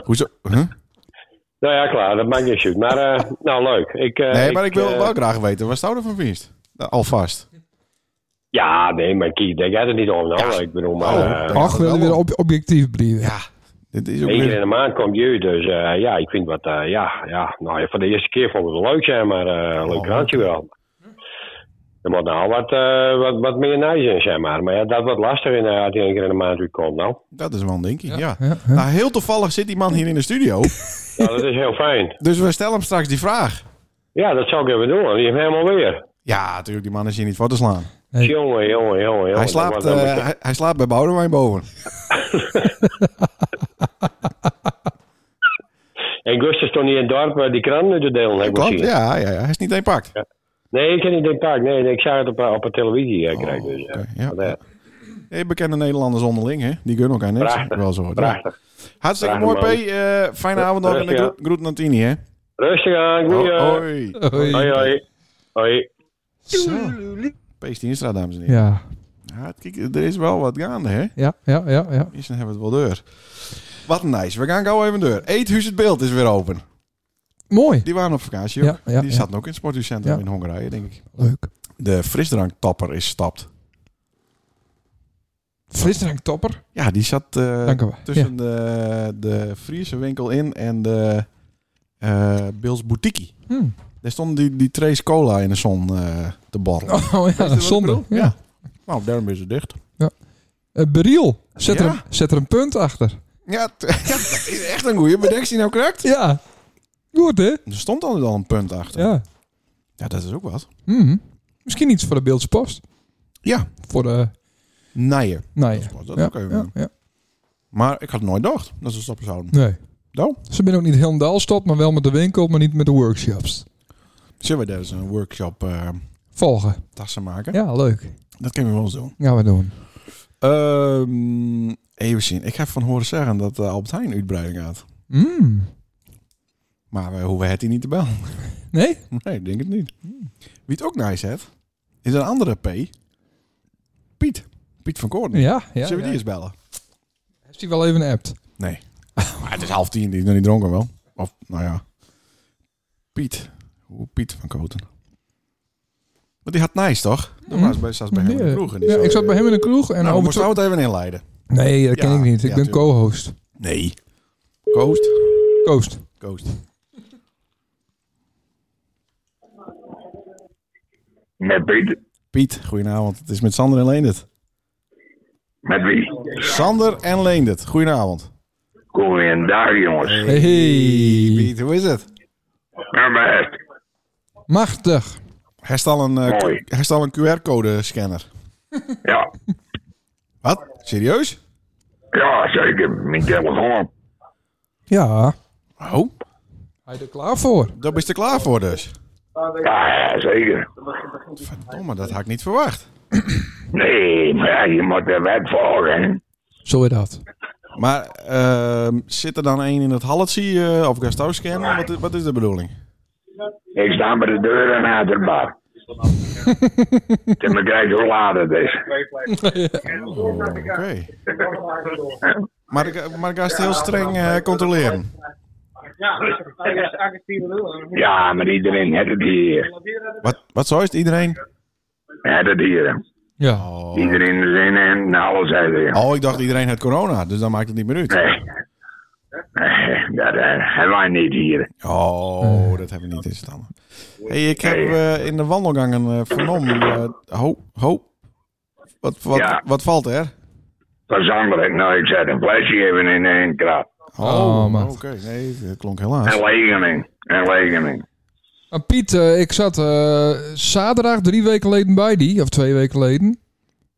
A: Hoezo? Huh?
D: nou ja, klaar, dat maakt niet uit. Maar, eh, nou leuk. Ik, eh,
A: Nee, maar ik wil
D: eh,
A: wel graag weten, wat zou er van vinst? Alvast.
D: Ja, nee, maar kijk, daar gaat het niet om. Nou, ik bedoel, maar...
A: Oh,
D: eh,
A: dat-
B: Ach,
A: wel
B: wil je weer
A: wel.
B: ob- objectief blijven.
A: Ja, dit is ook
D: Eén keer in
A: weer...
D: de maand komt je, dus eh, ja, ik vind wat, eh, ja, ja, nou ja, voor de eerste keer vond ik het leuk, zeg maar, eh leuk
A: Oh.
D: randje wel. Er moet nou wat, eh, wat, wat meer nice in, zeg maar. Maar ja, dat wordt lastig inderdaad, die één keer in de maand uitkomt, nou.
A: Dat is wel een dingetje, ja.
B: ja, ja.
A: Nou, heel toevallig zit die man hier in de studio.
D: Ja, dat is heel fijn.
A: dus we stellen hem straks die vraag.
D: Ja, dat zou ik even doen, die heeft helemaal weer.
A: Ja, natuurlijk, die man is hier niet voor te slaan.
B: Hey.
D: Jongen, jongen, jongen, jongen.
A: hij,
D: dat
A: slaapt,
D: wordt dan
A: eh,
D: meteen-
A: hij, hij slaapt bij Boudewijn boven.
D: En Gustus stond niet in het dorp eh, die krant nu te delen, heb ik
A: Klopt,
D: gezien.
A: ja, ja, ja, hij is niet één pakt.
D: Nee, ik heb niet in het park, nee, nee, ik zag het op, eh, op de televisie eh, krijg ik dus. eh.
A: Oh, Oké, ja.
D: Want, eh,
A: Hey, bekende Nederlanders onderling, hè? Die kunnen elkaar niks.
D: Prachtig,
A: Wel zo. hoor. Ja.
D: Prachtig.
A: Hartstikke mooi,
D: Prachtig,
A: P. Eh, fijne avond nog en de
D: Rustig aan.
A: gro- groet naar Tini, hè?
D: Rustig aan,
A: Ho-
D: goeie.
A: Hoi.
B: Hoi.
D: Hoi, hoi. Hoi.
A: Oh, Zo. P. Stienstra, dames en heren.
B: Ja.
A: Ja, kijk, er is wel wat gaande, hè?
B: Ja, ja, ja, ja.
A: Is hebben we het wel deur. Wat nice. We gaan gauw even deur. Eethuis het beeld is weer open.
B: Mooi.
A: Die waren op vakantie ook.
B: Ja, ja,
A: die
B: ja.
A: zaten ook in het sportcentrum
B: Ja.
A: in Hongarije, denk ik.
B: Leuk.
A: De frisdranktapper is stapt.
B: Frisdrank topper.
A: Ja, die zat eh,
B: Dank u wel.
A: tussen de, de Friese winkel in en de eh Bils Boutique.
B: Hmm.
A: Daar stonden die, die Trace Cola in de zon eh, te borrelen.
B: Oh
A: Weet je
B: ja,
A: wat ik
B: zonde.
A: bedoel?
B: Ja.
A: Ja. Nou, daarom is het dicht.
B: Eh, Beriel, zet, er
A: Ja.
B: een, zet er een punt achter.
A: Ja, t- ja, dat is echt een goeie. Bedenk je nou correct?
B: Ja. Goed, hè?
A: Er stond altijd al een punt achter.
B: Ja.
A: Ja, dat is ook wat.
B: Mhm. Misschien iets voor de Beeldse Post.
A: Ja.
B: Voor de...
A: Nijen.
B: Nou
A: Dat
B: ja.
A: is pas- dat
B: ja,
A: ook even.
B: ja, ja.
A: Maar ik had het nooit gedacht dat ze stappen zouden.
B: Nee.
A: Nou?
B: Ze zijn ook niet helemaal stop, maar wel met de winkel, maar niet met de workshops.
A: Zullen we daar eens een workshop eh,
B: Volgen.
A: tassen maken?
B: Ja, leuk.
A: Dat kunnen we wel eens doen.
B: Gaan we doen.
A: Ehm, even zien. Ik heb van horen zeggen dat eh, Albert Heijn uitbreiding had.
B: Mm.
A: Maar we hoeven het hier niet te bellen.
B: Nee?
A: Nee, ik denk het niet.
B: Hmm.
A: Wie het ook nice heeft, is een andere P. Piet. Piet van Koorden.
B: Ja, ja.
A: Zullen we
B: ja.
A: die eens bellen?
B: Heeft hij wel even een app?
A: Nee. maar het is half tien, die is nog niet dronken wel. Of, nou ja. Piet. Hoe Piet van Koten. Want die had nice, toch? Dat
B: Mhm.
A: was bij, zat bij hem in de
B: Nee.
A: kroeg. en die
B: Ja,
A: zat-
B: ik zat bij hem in een kroeg en
A: Nou,
B: over
A: moest nou het even inleiden.
B: Nee, dat ken
A: Ja,
B: ik niet. Ik
A: ja,
B: ben
A: tuurlijk.
B: co-host.
A: Nee. Coast.
B: Coast.
A: Coast.
E: Met Piet.
A: Piet, goedenavond. Het is met Sander en Leendert.
E: Met wie?
A: Sander en Leendert, goedenavond.
E: Goeiedag, jongens.
B: Hey.
A: Piet, hoe is het?
E: Ja, maar echt.
B: Machtig.
A: Hij is al een, eh,
E: Mooi.
A: hij is al een QR-code-scanner.
E: Ja.
A: Wat? Serieus?
E: Ja, zeker. Mijn telefoon.
B: Ja.
A: Oh,
B: Hij is er klaar voor.
A: daar ben je er klaar voor dus.
E: Ja, ja, zeker.
A: Verdomme, dat had ik niet verwacht.
E: Nee, maar ja, je moet de wet volgen. hè.
B: Zo is dat.
A: Maar ehm, zit er dan één in het Halletsie eh of Gasthuisscanner? Wat, is- wat is de bedoeling?
E: Ik sta met de deuren uit de bar. Toen me krijg hoe laat het is.
A: Oké. Maar ik, maar ik ga het heel streng eh, controleren.
F: Ja, hij is agressief lul.
E: Ja, maar iedereen heeft het hier.
A: Wat, wat zo is het? Iedereen?
E: Heeft het hier.
B: Ja.
A: Oh.
E: Iedereen is in en alles heeft het hier.
A: oh, ik dacht iedereen had corona, dus dan maakt het niet meer uit.
E: Nee. Nee, dat eh, hebben wij niet hier.
A: Oh, dat hebben we niet in stand. Hey, ik heb eh, in de wandelgangen eh, vernomen. eh, ho, ho. Wat, wat,
E: Ja.
A: wat valt er?
E: Persoonlijk, nou, ik zet een flesje even in één krap.
B: Oh, maat.
A: oké. Nee, dat klonk helaas.
E: En legening. En legening.
B: Maar Piet, eh, ik zat eh, zaterdag drie weken geleden bij die, of twee weken geleden.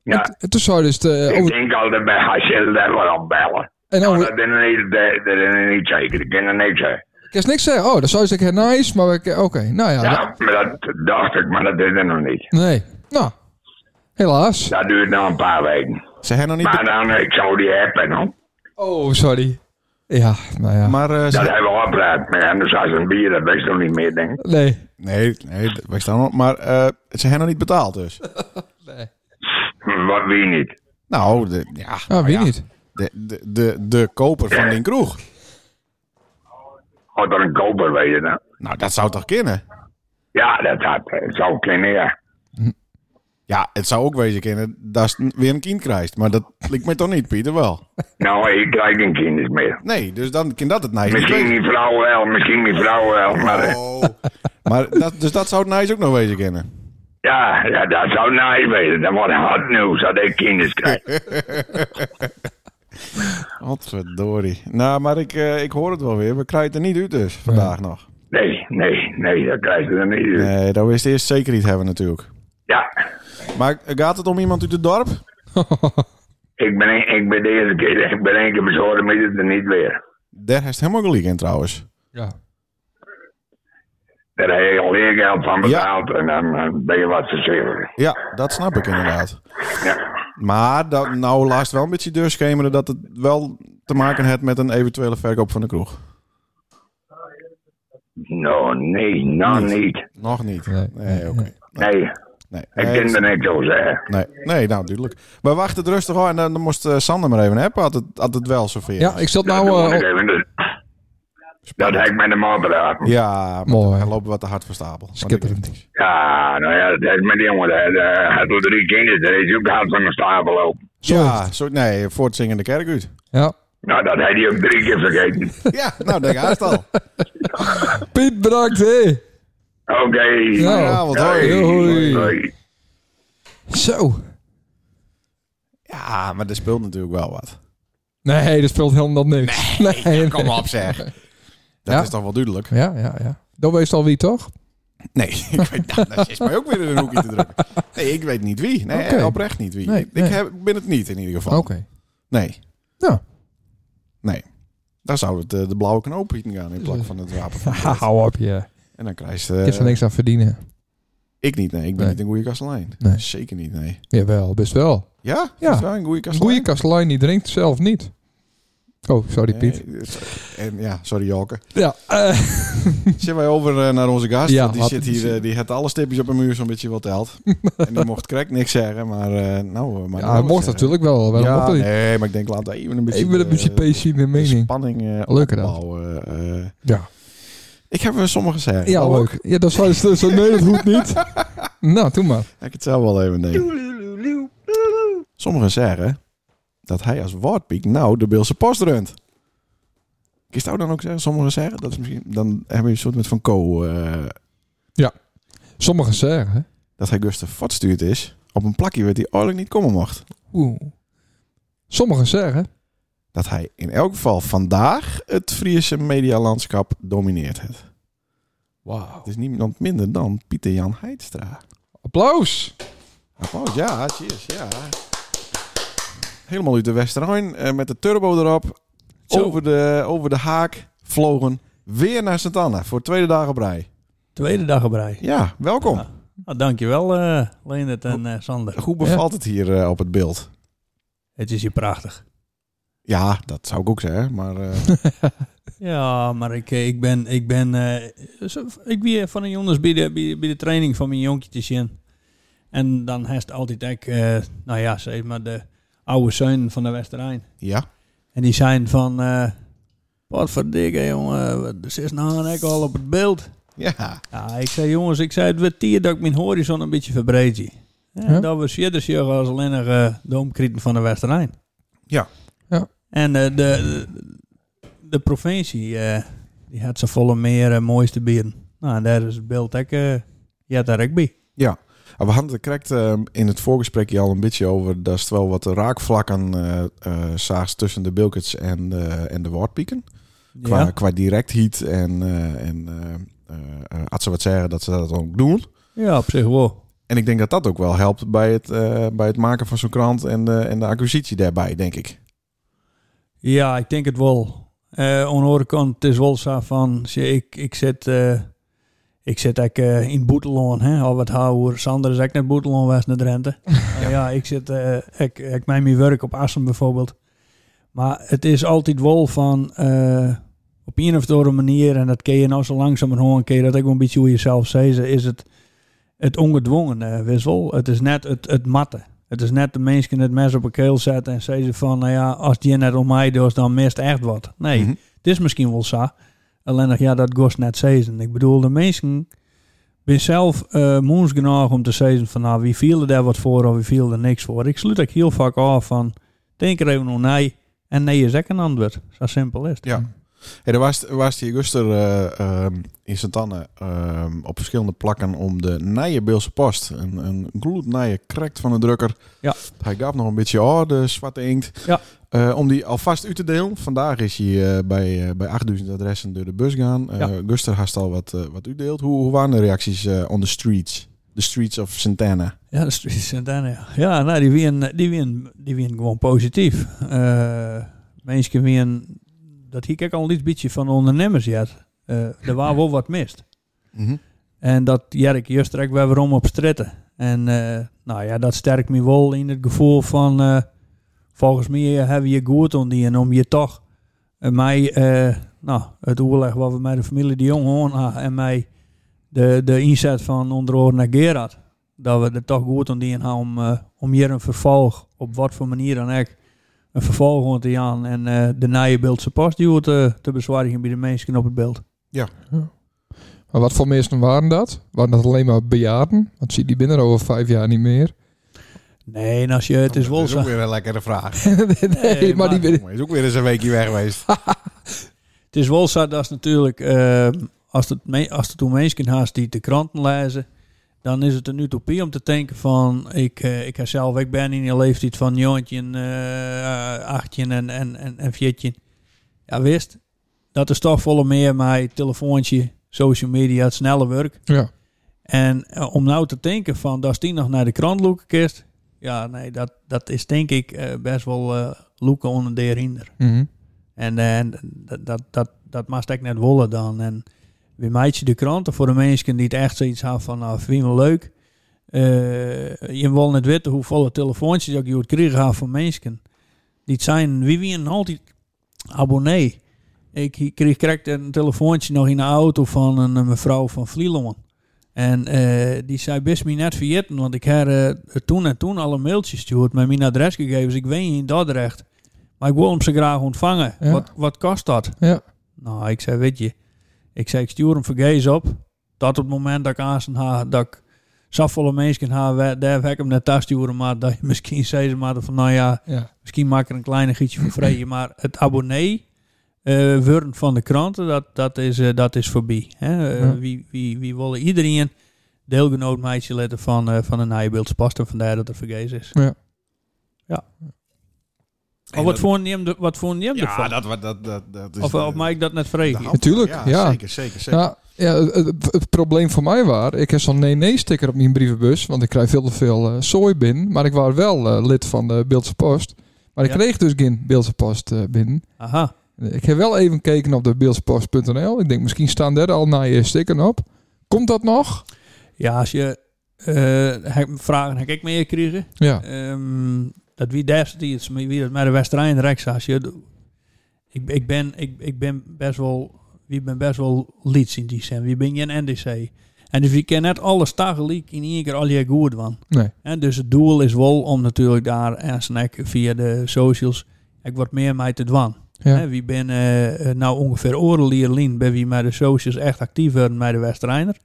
E: Ja,
B: En toen zei dus de,
E: ik
B: over,
E: denk altijd bij als je dat wel op bellen.
B: en oh,
E: Maar
B: over,
E: dat ben ik niet, dat dat ben ik niet zeker. Ik ken er niks uit.
B: ik kan niks zeggen. Oh, dan zou je zeggen, nice, maar we- oké, nou ja.
E: Ja, maar dat dacht ik, maar dat is er nog niet.
B: dan- nee. Nou, helaas.
E: Dat duurt nog een paar weken.
A: Ze hebben nog niet.
E: Maar
A: be-
E: dan, ik zou die hebben, no?
B: Oh, sorry. Ja, nou ja.
A: Maar eh, ze-
E: Dat hebben we opgeruimd. Maar anders als een bier, dat wist nog niet meer, denk ik.
B: Nee.
A: nee, nee, wij staan op. Maar eh, ze hebben nog niet betaald, dus.
E: Wat, wie niet?
A: Nou, de, ja,
B: Ah, wie niet?
A: de, de, de, de koper van die kroeg.
E: Had er een koper, weet je dan?
A: Nou, dat zou toch kunnen?
E: Ja, dat had, dat zou kunnen, ja.
A: Ja, het zou ook wezen kunnen dat ze weer een kind krijgt. Maar dat lijkt mij toch niet, Pieter, wel?
E: Nou, ik krijg geen kinderen meer.
A: Nee, dus dan kan dat het nice niet
E: Misschien
A: wezen.
E: die vrouw wel, misschien die vrouw wel, maar... eh,
A: Oh. Maar dat, dus dat zou het nice ook nog wezen kunnen.
E: Ja, ja, dat zou nice wezen. Dat wordt hard nieuws dat ik kinderen krijg.
A: Godverdorie. Nou, maar ik, eh, ik hoor het wel weer. We krijgen het er niet uit dus, vandaag nog.
E: Nee, nee, nee, dat krijg je er niet. uit.
A: Nee, dat wist eerst zeker niet hebben natuurlijk.
E: Ja,
A: Maar gaat het om iemand uit het dorp?
E: ik ben, een- ik ben de eerste keer, ik ben één keer bezorgd, maar dit er niet weer.
A: Daar heeft helemaal gelijk in trouwens.
B: Ja.
E: Daar heb je al leergeld van
A: Ja.
E: betaald en dan eh, ben je wat verzekerd.
A: Ja, dat snap ik inderdaad.
E: Ja.
A: Maar dat, nou laatst wel een beetje deur schemeren dat het wel te maken heeft met een eventuele verkoop van de kroeg.
E: Nou, nee, nou niet.
A: Nog niet.
B: Nee.
A: Nee, oké.
E: Nee,
A: Nee.
E: ik
A: Nee,
E: kan er niks over zeggen.
A: nee. nee, nou duidelijk. We wachten het rustig hoor en dan, dan moest eh, Sander maar even hebben. Had het, had het wel zover.
B: Ja, ik zat nou...
E: dat doe
B: eh,
E: ik
B: op-
E: even. Dus. Dat heb ik met de man praten. Ja.
A: Ja,
B: Mooi.
A: maar hij loopt wat te hard voor stapel. Maar
B: Schitterend.
A: dat geeft niks.
E: nou ja, dat heb ik met die jongen. Hij eh, had er drie kinderen. Dat is ook hard van mijn stapel lopen.
B: Zo is
A: Ja, zo, nee, voor het zingen de kerk uit.
B: ja.
E: Nou, dat had hij ook drie keer vergeten.
A: Ja, nou, denk haast al.
B: Piet, bedankt, hé.
E: Oké.
B: Ja.
A: Goedenavond,
E: Hoi.
A: hoi.
B: Hoi.
E: Hoi.
B: Zo.
A: Ja, maar er speelt natuurlijk wel wat.
B: Nee, dat speelt helemaal niks. Nee,
A: Kom op, zeg. Dat
B: Ja.
A: is toch wel duidelijk?
B: Ja, ja, ja. Dan wees al wie, toch?
A: Nee, ik weet, nou, dat is mij ook weer in een hoekje te drukken. Nee, ik weet niet wie. Nee,
B: Oké.
A: oprecht niet wie.
B: Nee,
A: ik,
B: nee.
A: heb- ik ben het niet in ieder geval.
B: Oké.
A: Nee,
B: Nou,
A: nee. Daar zou het eh, de blauwe knoop in gaan in plaats van het wapen. van
B: ha,
A: Fred.
B: hou op je. Je
A: En dan krijg je...
B: hebt er niks aan verdienen.
A: Ik niet, nee. Ik ben
B: Nee.
A: niet een goede kastelein.
B: Nee.
A: Zeker niet, nee.
B: Jawel, best wel.
A: Ja?
B: Ja.
A: Is dat een goede
B: Een
A: kastelein?
B: goede kastelein die drinkt zelf niet. Oh, sorry Piet.
A: Nee, en, ja, sorry Jalke.
B: Ja, eh,
A: Zijn wij over eh, naar onze gast?
B: Ja,
A: want die
B: wat-
A: zit hier, eh, die had alle stipjes op een muur zo'n beetje wat telt. en die mocht correct niks zeggen, maar eh, nou... eh, Maar
B: ja, hij mocht natuurlijk wel. wel
A: ja,
B: mocht hij.
A: nee, maar ik denk laat even een beetje...
B: Ik ben een
A: eh,
B: beetje PC in mijn
A: de
B: mening.
A: spanning eh
B: Leuke dag.
A: opbouwen. eh.
B: Ja,
A: ik heb er sommige zeggen.
B: ja
A: Oh,
B: leuk. Ja, dat zou zo, zo, nee, dat hoeft niet. nou, doe maar.
A: Ik het zelf wel even denken. Sommigen zeggen dat hij als woordpiek nou de Beelse post runt. Is dat dan ook zeggen? Sommigen zeggen dat is misschien. Dan hebben we een soort met van co. eh,
B: Sommigen zeggen...
A: dat hij Gustav voortstuurd is. Op een plakje waar hij oorlijk niet komen mocht.
B: Oeh. Sommigen zeggen...
A: Dat hij in elk geval vandaag het Friese medialandschap domineert. Het.
B: Wauw.
A: het is niemand minder dan Pieter Jan Heidstra.
B: Applaus.
A: Applaus, Oh, ja, cheers, ja. Helemaal uit de Westerrijn eh, met de turbo erop.
B: Zo.
A: Over de, over de haak vlogen weer naar Sint Anna voor tweede dag op rij.
G: Tweede dag op rij.
A: Ja, welkom.
G: Ja. Nou, dankjewel eh Leendert en eh, Sander.
A: Hoe bevalt het hier eh, op het beeld?
G: Het is hier prachtig.
A: Ja, dat zou ik ook zeggen, maar eh,
G: Ja, maar ik, eh, ik ben... Ik ben eh, zo- ik weer van de jongens bij de, bij, de- bij de training van mijn jonkje te zien. En dan heeft altijd ik, eh, nou ja, zeg maar de oude zoon van de Westerijn.
A: ja.
G: En die zijn van... eh wat verdikke jongen, wat- er is nou een hek al op het beeld.
A: Ja,
G: Ja, ik zei jongens, ik zei het werd tier dat ik mijn horizon een beetje verbreed. zie. Ja,
B: Ja.
G: Dat was eerder zo als alleen nog eh, de omkrieten van de Westerlijn.
A: Ja.
B: Ja.
G: En eh, de, de, de provincie, eh, die had ze volle meer eh, mooiste bieren. Nou, en daar is het beeld ook, eh, ja, daar ook bij.
A: ja. Maar We hadden het correct eh, in het voorgesprekje al een beetje over dat er wel wat raakvlakken eh eh, zaagst tussen de Bilkets en, de- en de Wardpieken. Qua,
G: Ja.
A: qua direct heat en, eh, en eh, eh, eh, als ze wat zeggen dat ze dat ook doen.
G: ja, op zich wel.
A: En ik denk dat dat ook wel helpt bij het, eh, bij het maken van zo'n krant en, de- en de acquisitie daarbij, denk ik.
G: Ja, ik denk het wel. Eh aan de andere kant, het is wel zo van, zie, ik, ik zit, eh, ik zit ook, eh, in Boetelon, hè, al wat houwer. Sander is ook naar Boetelon was naar Drenthe. ja. ja, ik zit, eh, ik, ik mijn mijn werk op Assen bijvoorbeeld. Maar het is altijd wel van, eh, op een of andere manier, en dat kun je nou zo langzamerhand, kun je dat ook wel een beetje hoe jezelf zeggen, is het het ongedwongen eh, wissel. Het is net het, het matten. Het is net de mensen het mes op een keel zetten en zeggen van, nou ja, als die net om mij doet, dan mist echt wat. Nee,
A: Mhm.
G: het is misschien wel zo. Alleen nog, ja, dat gost net season. Ik bedoel, de mensen ben zelf eh moens genoeg om te zeggen van, nou, wie viel er daar wat voor of wie viel er niks voor. Ik sluit ook heel vaak af van, denk er even om nee. En nee is ook een antwoord. Zo simpel is het.
A: Ja. Hey, er was, er was hier Guster eh, ehm, in Santanne ehm, op verschillende plakken om de nije Beelse Post. Een, een gloednije krekt van de drukker.
G: Ja.
A: Hij gaf nog een beetje oh, de zwarte inkt.
G: Ja.
A: Eh, om die alvast uit te delen. Vandaag is hij eh, bij, eh, bij 8000 adressen door de bus gaan. Eh,
G: Ja.
A: Guster heeft al wat, eh, wat uitdeeld. Hoe, hoe waren de reacties eh, on the streets? The streets of Santana.
G: Ja, dat is Santana. ja. Ja, nou, die wien, die wien, die wien gewoon positief. Eh mensen wien, dat hier kijk al een beetje van ondernemers had. Eh er was wel wat mist. En dat Jerk juist er ook weer waarom op stritten. En eh, nou ja, dat sterkt me wel in het gevoel van... eh, volgens mij hebben je goed om die en om je toch... eh, mij, eh, nou, het oorleg wat we met de familie de Jong horen ah, en mij de, de inzet van onder andere naar Gerard... dat we er toch goed om die en hebben om, eh, om hier een vervolg, op wat voor manier dan ook... een vervolg rond te gaan en eh, de nieuwe beeldse postduw te, te bezwarigen bij de mensen op het beeld.
B: Maar wat voor mensen waren dat? Waren dat alleen maar bejaarden? Want zie die binnen over vijf jaar niet meer.
G: Nee, en als je, het is wel
A: Oh, Dat is
G: zo.
A: ook weer een lekkere vraag.
B: nee,
G: Nee,
B: maar, die
A: Hij is ook weer eens een weekje weg geweest.
G: Het is wel zo, dat is natuurlijk, eh, als het, me, als het toen mensen haast die de kranten lezen, dan is het een utopie om te denken van, ik, eh, ik heb zelf, ik ben in een leeftijd van jongetje, eh achtje en, en, en, en viertje. Ja, wist, dat is toch volle meer mijn telefoontje, social media, het snelle werk.
B: Ja.
G: En eh, om nou te denken van, dat is die nog naar de krant loeken kist, ja, nee, dat, dat is denk ik eh, best wel eh loeken onder de hinder.
B: Mhm.
G: En, eh, en dat, dat, dat, dat mag ik net wollen dan. En we meidje de kranten voor de mensen die het echt zoiets hebben van, nou, vind je wel leuk. Eh, je wil net weten hoeveel telefoontjes ik je het kreeg had van mensen. Die het zijn, wie wie een altijd abonnee. Ik kreeg correct een telefoontje nog in de auto van een eh, mevrouw van Vlieland. En eh, die zei best me net vergeten, want ik heb eh, toen en toen alle mailtjes gestuurd met mijn adresgegevens. Ik weet niet dat recht. Maar ik wil hem ze graag ontvangen.
B: Ja.
G: Wat, wat kost dat?
B: Ja.
G: Nou, ik zei, weet je, ik zei, ik stuur hem vergees op. Dat op het moment dat ik aan zijn haar, dat ik zoveel mensen haar, we- daar heb ik hem naar thuis sturen, maar dat je misschien zei ze maar van, nou ja,
B: ja.
G: misschien maak ik er een klein gietje voor vrije, maar het abonnee eh worden van de kranten, dat, dat, is, eh, dat is voorbij. Hè? Eh,
B: Ja.
G: wie, wie, wie willen iedereen deelgenoot meisje letten van, eh van een naaienbeeldse past en vandaar dat er vergezen is.
B: Ja.
G: ja.
A: En
G: Of wat
A: dat-
G: vond je hem, de- wat vond je hem
A: Ja,
G: ervan?
A: dat, wa- dat, dat, dat is...
G: of, eh, of maak ik dat net vreemd?
A: de hand-
B: Natuurlijk, ja.
A: Zeker, zeker, zeker.
B: Ja, ja het, het- het probleem voor mij was, ik heb zo'n nee-nee-sticker op mijn brievenbus, want ik krijg veel te veel eh, zooi binnen. Maar ik was wel eh, lid van de Beeldse Post. Maar ik
G: Ja.
B: kreeg dus geen Beeldse Post eh, binnen.
G: Aha.
B: Ik heb wel even gekeken op de beeldsepost.nl. Ik denk, misschien staan daar al na je sticker op. Komt dat nog?
G: Ja, als je eh, heb- vragen heb ik meer gekregen.
B: Ja.
G: Ehm, dat wie destijds, maar wie dat met de West-Rijn rechts als je, de- ik, ik, ben, ik, ik ben best wel, wie ben best wel leads in die zin. Wie ben je een NDC? En dus je kan net alles tegelijk in één keer al je goed van.
B: Nee.
G: En dus het doel is wel om natuurlijk daar en snack via de socials ik wat meer mee te dwan.
B: Ja.
G: Hè, wie ben eh, eh, nou ongeveer orenlierlin, ben wie met de socials echt actief werden bij de Westreiner.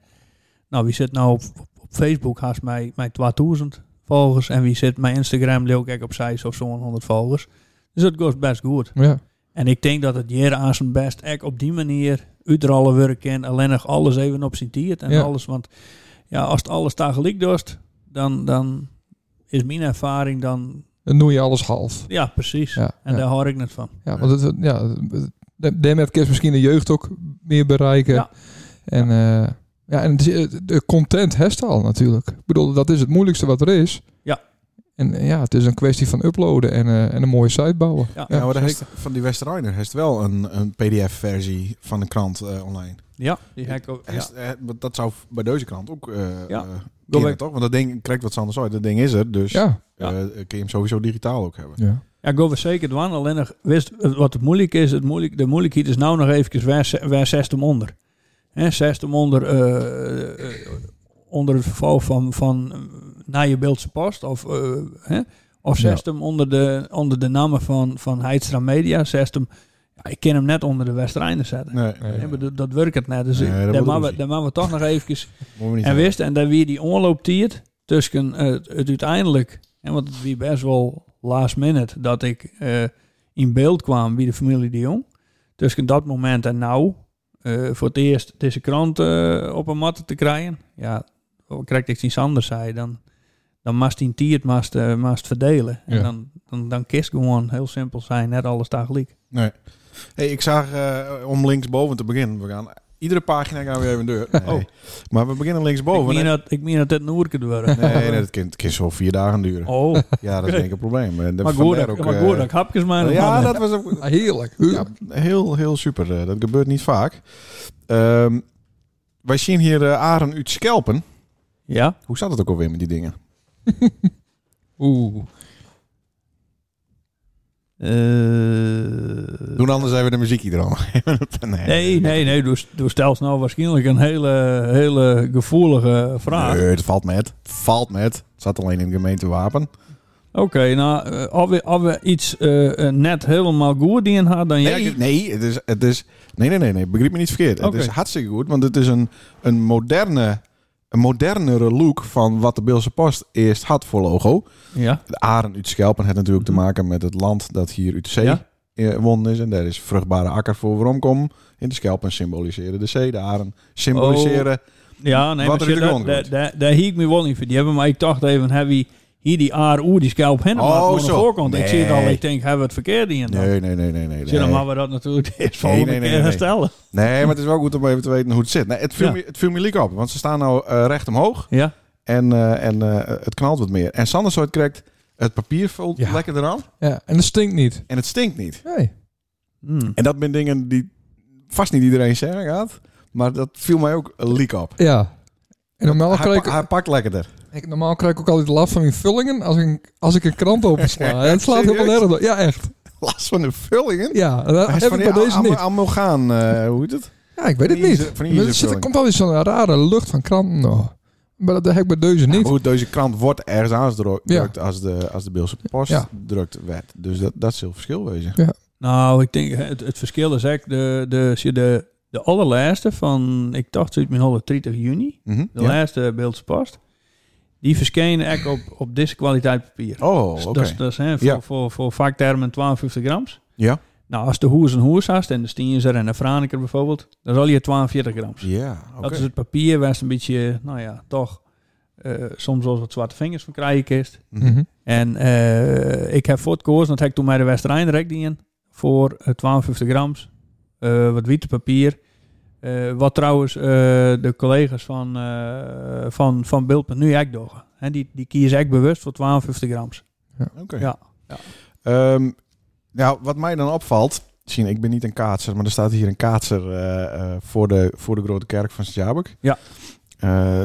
G: Nou, wie zit nou op, op, op Facebook haast mij, mij 2000 volgers en wie zit mijn Instagram leuk ik op 6 of zo'n 100 volgers. Dus dat gaat best goed.
B: Ja.
G: En ik denk dat het hier aan zijn best echt op die manier uitrollen werken en alleen nog alles even op zijn tiert en
B: Ja.
G: alles. Want ja, als het alles daar gelijk doet, dan, dan is mijn ervaring dan...
B: Dan doe je alles half.
G: Ja, precies.
B: Ja,
G: En
B: ja.
G: daar hoor ik net van.
B: ja want het, ja, het- daarmee kun je misschien de jeugd ook meer bereiken.
G: Ja.
B: En, eh, ja, en het is- eh, de content heeft al natuurlijk. Ik bedoel, dat is het moeilijkste wat er is.
G: Ja.
B: En eh, ja, het is een kwestie van uploaden en, eh, en een mooie site bouwen.
G: Ja.
A: Ja, maar daar heeft- van die Westerreiner heeft wel een, een PDF-versie van een krant eh, online.
G: Ja, die hek ook. Ja.
A: Heeft- eh, want Dat zou v- bij deze krant ook eh
G: Ja.
A: eh,
G: Go
A: kunnen,
G: back.
A: toch? Want dat ding krijgt wat Sander zei. Dat ding is er, dus eh
B: Ja.
A: kun je hem sowieso digitaal ook hebben.
B: ja.
G: Ja, go we zeker doen. Alleen nog, wist wat het moeilijk is. Het moeilijk, de moeilijkheid is nou nog eventjes waar, ze- waar zest hem onder. Hè, zest hem onder, eh, eh, onder het verval van, van eh, naar je beeldse post. Of, eh, hè, of zest hem onder de, onder de namen van, van Heidstra Media. Zest hem, ja, ik ken hem net onder de Westrijnen zetten.
A: Nee,
B: Nee.
G: Hè, bedoel, dat werkt het net. Dus
A: Nee,
G: ik-
A: dat
G: daar
A: moet
G: maken we-
A: ruzie.
G: daar maken we toch nog eventjes
A: moeten we niet
G: En
A: hebben.
G: wist, en daar weer die onloop tiert tussen eh, het, het uiteindelijk, en want het wie best wel last minute dat ik eh, in beeld kwam bij de familie de Jong. Tussen dat moment en nou, eh, voor het eerst deze krant eh, op een mat te krijgen. Ja, krijg ik iets anders, zei dan. Dan mast die tiert mast, eh, mast verdelen.
B: Ja.
G: En dan, dan, dan kist gewoon heel simpel zijn, net alles tegelijk.
A: Nee. Hey, ik zag eh, om linksboven te beginnen. We gaan, iedere pagina gaan we even een deur. Nee.
G: Oh.
A: Maar we beginnen linksboven.
G: ik, meen
A: nee,
G: dat, ik meen dat dit een oerke duren.
A: Oh, nee, nee, dat kan, het kan zo vier dagen duren.
G: Oh,
A: Ja, dat is denk ik een probleem. En dat-
G: maar goed,
A: vandaar
G: dat-
A: ook,
G: maar
A: eh,
G: goed, dat ik hapjes maar.
A: ja, dat was ook,
B: Heerlijk.
A: Ja, heel, heel super. Eh, dat gebeurt niet vaak. Ehm, wij zien hier eh Aren uit Schelpen.
G: Ja?
A: Hoe zat het ook alweer met die dingen?
B: Oeh.
G: Eh,
A: Doen anders even de muziek hier al. nee.
G: nee, nee, nee. Doe, doe stelt nou waarschijnlijk een hele, hele gevoelige vraag.
A: Nee, het valt met. Het Valt met. Het zat alleen in het gemeentewapen.
G: Oké, nou, eh, als we, als we iets eh, eh, net helemaal goed die in had, dan jij
A: Nee, nee, het is, het is, nee, nee, nee, nee, begrijp me niet verkeerd.
G: Oké.
A: Het is hartstikke goed, want het is een, een, moderne, een modernere look van wat de Beelse Post eerst had voor logo.
G: Ja,
A: De Aren uit Schelpen heeft natuurlijk te maken met het land dat hier uit de zee
G: Mhm. Ja.
A: eh, wonnen is. En daar is vruchtbare akker voor vooromkomen. In de Schelpen symboliseren de zee, de Aren symboliseren.
G: Oh. ja nee,
A: Wat
G: maar
A: er in
G: shit,
A: de
G: daar,
A: grond
G: daar,
A: groeit.
G: daar- daar hiek me wel niet voor. Die hebben maar ik dacht even, heb je hier die ARU, die scalp hen
A: Oh,
G: aan de
A: zo.
G: voorkant? Ik zie het al,
A: Nee.
G: ik denk, hebben we het verkeerd in? dan?
A: Nee, nee, nee, nee, nee.
G: Zie
A: nee.
G: dan maar we dat natuurlijk de eerste
A: Nee,
G: volgende
A: nee, nee,
G: keer
A: nee.
G: herstellen.
A: Nee, maar het is wel goed om even te weten hoe het zit. Nee, het, viel
G: Ja.
A: me, het viel me leuk op, want ze staan nou eh, recht omhoog.
G: Ja,
A: En, eh, en eh, het knalt wat meer. En Sander Soort krijgt het papier vult
B: Ja.
A: lekker eraan.
B: Ja, en dat stinkt niet.
A: En het stinkt niet.
B: Nee.
G: Hmm.
A: En dat zijn dingen die vast niet iedereen zeggen gaat. Maar dat viel mij ook leak op.
B: Ja. En normaal
G: Oh,
A: Hij,
B: krijg,
A: pa-
B: ik,
A: hij pakt lekkerder.
B: ik- normaal krijg ik ook altijd last van mijn vullingen als ik, als ik een kramp opensla. Het slaat
A: Serieus?
B: helemaal nergens op. Ja, echt.
A: Last van de vullingen.
B: Ja, dat
A: Hij is
B: heb
A: van
B: ik
A: die
B: bij deze
A: am- am-
B: niet.
A: amalgaan, eh, hoe heet het?
B: Ja, ik weet
A: van
B: het
A: die
B: niet.
A: ijzer- van die
B: Maar Er zit- er
A: ijzervulling.
B: komt wel eens zo'n rare lucht van krampen. Nou, maar dat heb ik bij deze
A: Maar
B: niet.
A: Goed, deze krant wordt ergens
B: Ja.
A: aangedrukt als, de, als de Beelse Post
B: Ja.
A: drukt werd. Dus dat, dat zal verschil wezen.
G: Nou, ik denk, het, het verschil is echt de, de, zie je de, de allerlaatste van, ik dacht zoiets met 130 juni,
A: Mhm,
G: de
A: ja.
G: laatste beeldspast, die verschenen echt op, op deze kwaliteit papier.
A: Oh,
G: Dus
A: oké.
G: Dat is, dat is, hè, voor,
A: Ja.
G: voor, voor vaktermen 52 grams.
A: Ja.
G: Nou, als de hoers een hoers hast en de stienzer en de franiker bijvoorbeeld, dan zal je 42 grams.
A: Ja, oké.
G: Dat is het papier waar ze een beetje, nou ja, toch eh, soms wel eens wat zwarte vingers van krijgen kist.
A: Mhm.
B: Mhm.
G: En eh, ik heb voor het koers, want heb ik toen mij de West-Rijnrek die in, voor eh, 52 grams, eh, wat witte papier. Eh, wat trouwens eh, de collega's van, eh van, van Beeld.nu echt doen. Hè, die, die kiezen echt bewust voor 52 grams.
A: Oké.
G: Ja. Ja.
A: Ehm, nou, wat mij dan opvalt. Zien, ik ben niet een kaatser, maar er staat hier een kaatser eh, eh, voor, de, voor de grote kerk van Sint-Jabek.
G: Ja.
A: Eh,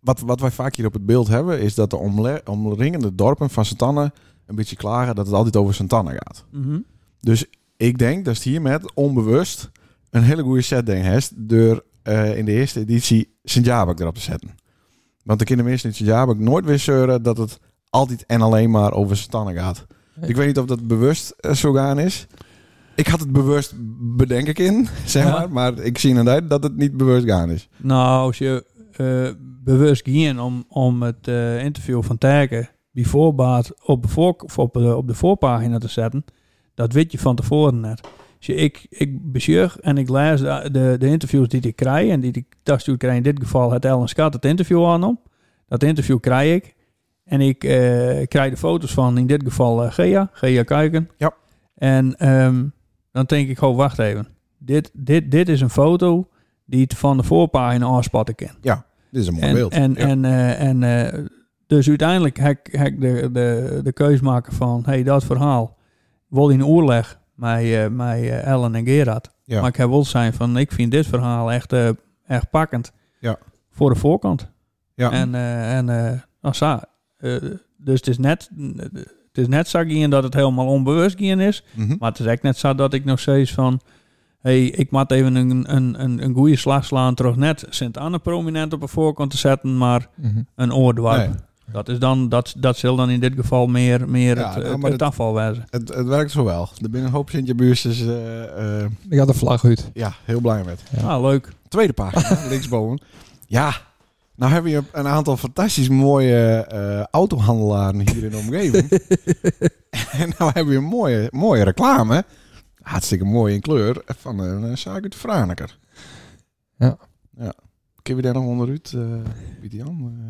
A: wat, wat wij vaak hier op het beeld hebben, is dat de omle- omringende dorpen van Santanne een beetje klagen dat het altijd over Santanne gaat.
G: Mhm.
A: Dus ik denk dat het hiermet onbewust een hele goede setting heeft door eh, in de eerste editie Sint-Jabek erop te zetten. Want de kinderminister in Sint-Jabek nooit weer zeuren dat het altijd en alleen maar over Santanne gaat.
B: Nee.
A: Ik weet niet of dat bewust eh, zo gaan is. Ik had het bewust, bedenk ik in, zeg
G: Ja.
A: maar. Maar ik zie inderdaad dat het niet bewust gaan is.
G: Nou, als je eh, bewust ging om, om het eh, interview van Tijken die voorbaat op de, voor, op, de, op de voorpagina te zetten, dat weet je van tevoren net. Dus je- ik, ik bezorg en ik lees de, de, de interviews die ik krijg en die ik thuisstuur krijg, in dit geval het Ellen Scott het interview aan om. Dat interview krijg ik en ik eh, krijg de foto's van in dit geval eh, Gea, Gea Kuiken.
A: Ja.
G: En ehm, dan denk ik, oh wacht even, dit, dit, dit is een foto die het van de voorpagina aanspatten kan.
A: Dit is een mooi
G: En,
A: beeld.
G: en,
A: Ja.
G: en, eh, en eh, dus uiteindelijk heb ik, heb ik de, de, de keus maken van, hey, dat verhaal wil in oorleg met, eh, met eh, Ellen en Gerard.
A: Ja.
G: Maar ik heb wel zijn van, ik vind dit verhaal echt, eh, echt pakkend
A: Ja.
G: voor de voorkant.
A: Ja.
G: En, eh, en eh, nou, zo. Eh, dus het is net... het is net zo gien dat het helemaal onbewust gien is.
A: Mhm.
G: Maar het is echt net zo dat ik nog steeds van... hey, ik moet even een, een, een, een goede slag slaan terug net Sint-Anne prominent op de voorkant te zetten, maar
B: Mhm.
G: een oordwarp.
A: Nee.
G: Dat, is dan, dat, dat zal dan in dit geval meer, meer
A: Ja,
G: het,
A: nou,
G: het,
A: maar
G: het
A: dat-
G: afval wezen.
A: Het, het werkt zo wel. Er binnen een hoop Sint-Jabuursjes. eh, eh,
B: Ik had de vlag uit.
A: ja, heel blij met.
B: Ja.
G: Ah, leuk.
A: Tweede pagina, linksboven. Ja, nou hebben je een aantal fantastisch mooie eh autohandelaren hier in de omgeving. en nou hebben we een mooie, mooie reclame. Hartstikke mooi in kleur. Van een eh, zaak uit Franeker.
B: Ja.
A: ja. Kun je daar nog onderuit, eh Jan?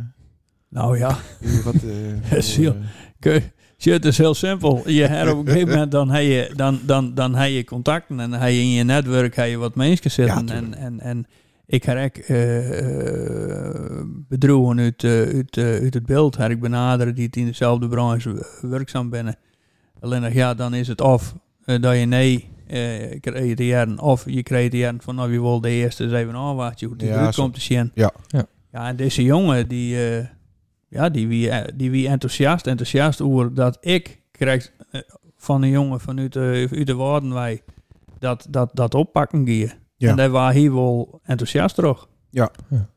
G: Nou ja,
A: wat, eh,
G: Ja, zie je.
A: voor, eh,
G: Ke- shit, het is heel simpel. Je hebt op een gegeven moment dan heb je, dan, dan, dan heb je contacten en dan heb je in je netwerk heb je wat mensen zitten.
A: Ja,
G: en,
A: tuurlijk.
G: en, en ik heb ook bedroegen uit, eh, uit, eh, uit het beeld. Heb ik benaderen die het in dezelfde branche werkzaam binnen. Alleen nog, ja, dan is het of eh, dat je nee eh creëren of je creëren van nou, je wil de eerste zeven aanwaartje hoe die
A: Ja,
G: eruit
A: zo.
G: komt te zien.
A: Ja.
B: Ja.
G: Ja, en deze jongen, die, eh, ja, die, wie, eh, die wie enthousiast, enthousiast over dat ik krijg eh, van een jongen vanuit eh, uit de Waardenwij dat, dat, dat oppakken gear.
A: Ja. Oh,
G: En daar was hij wel enthousiast toch?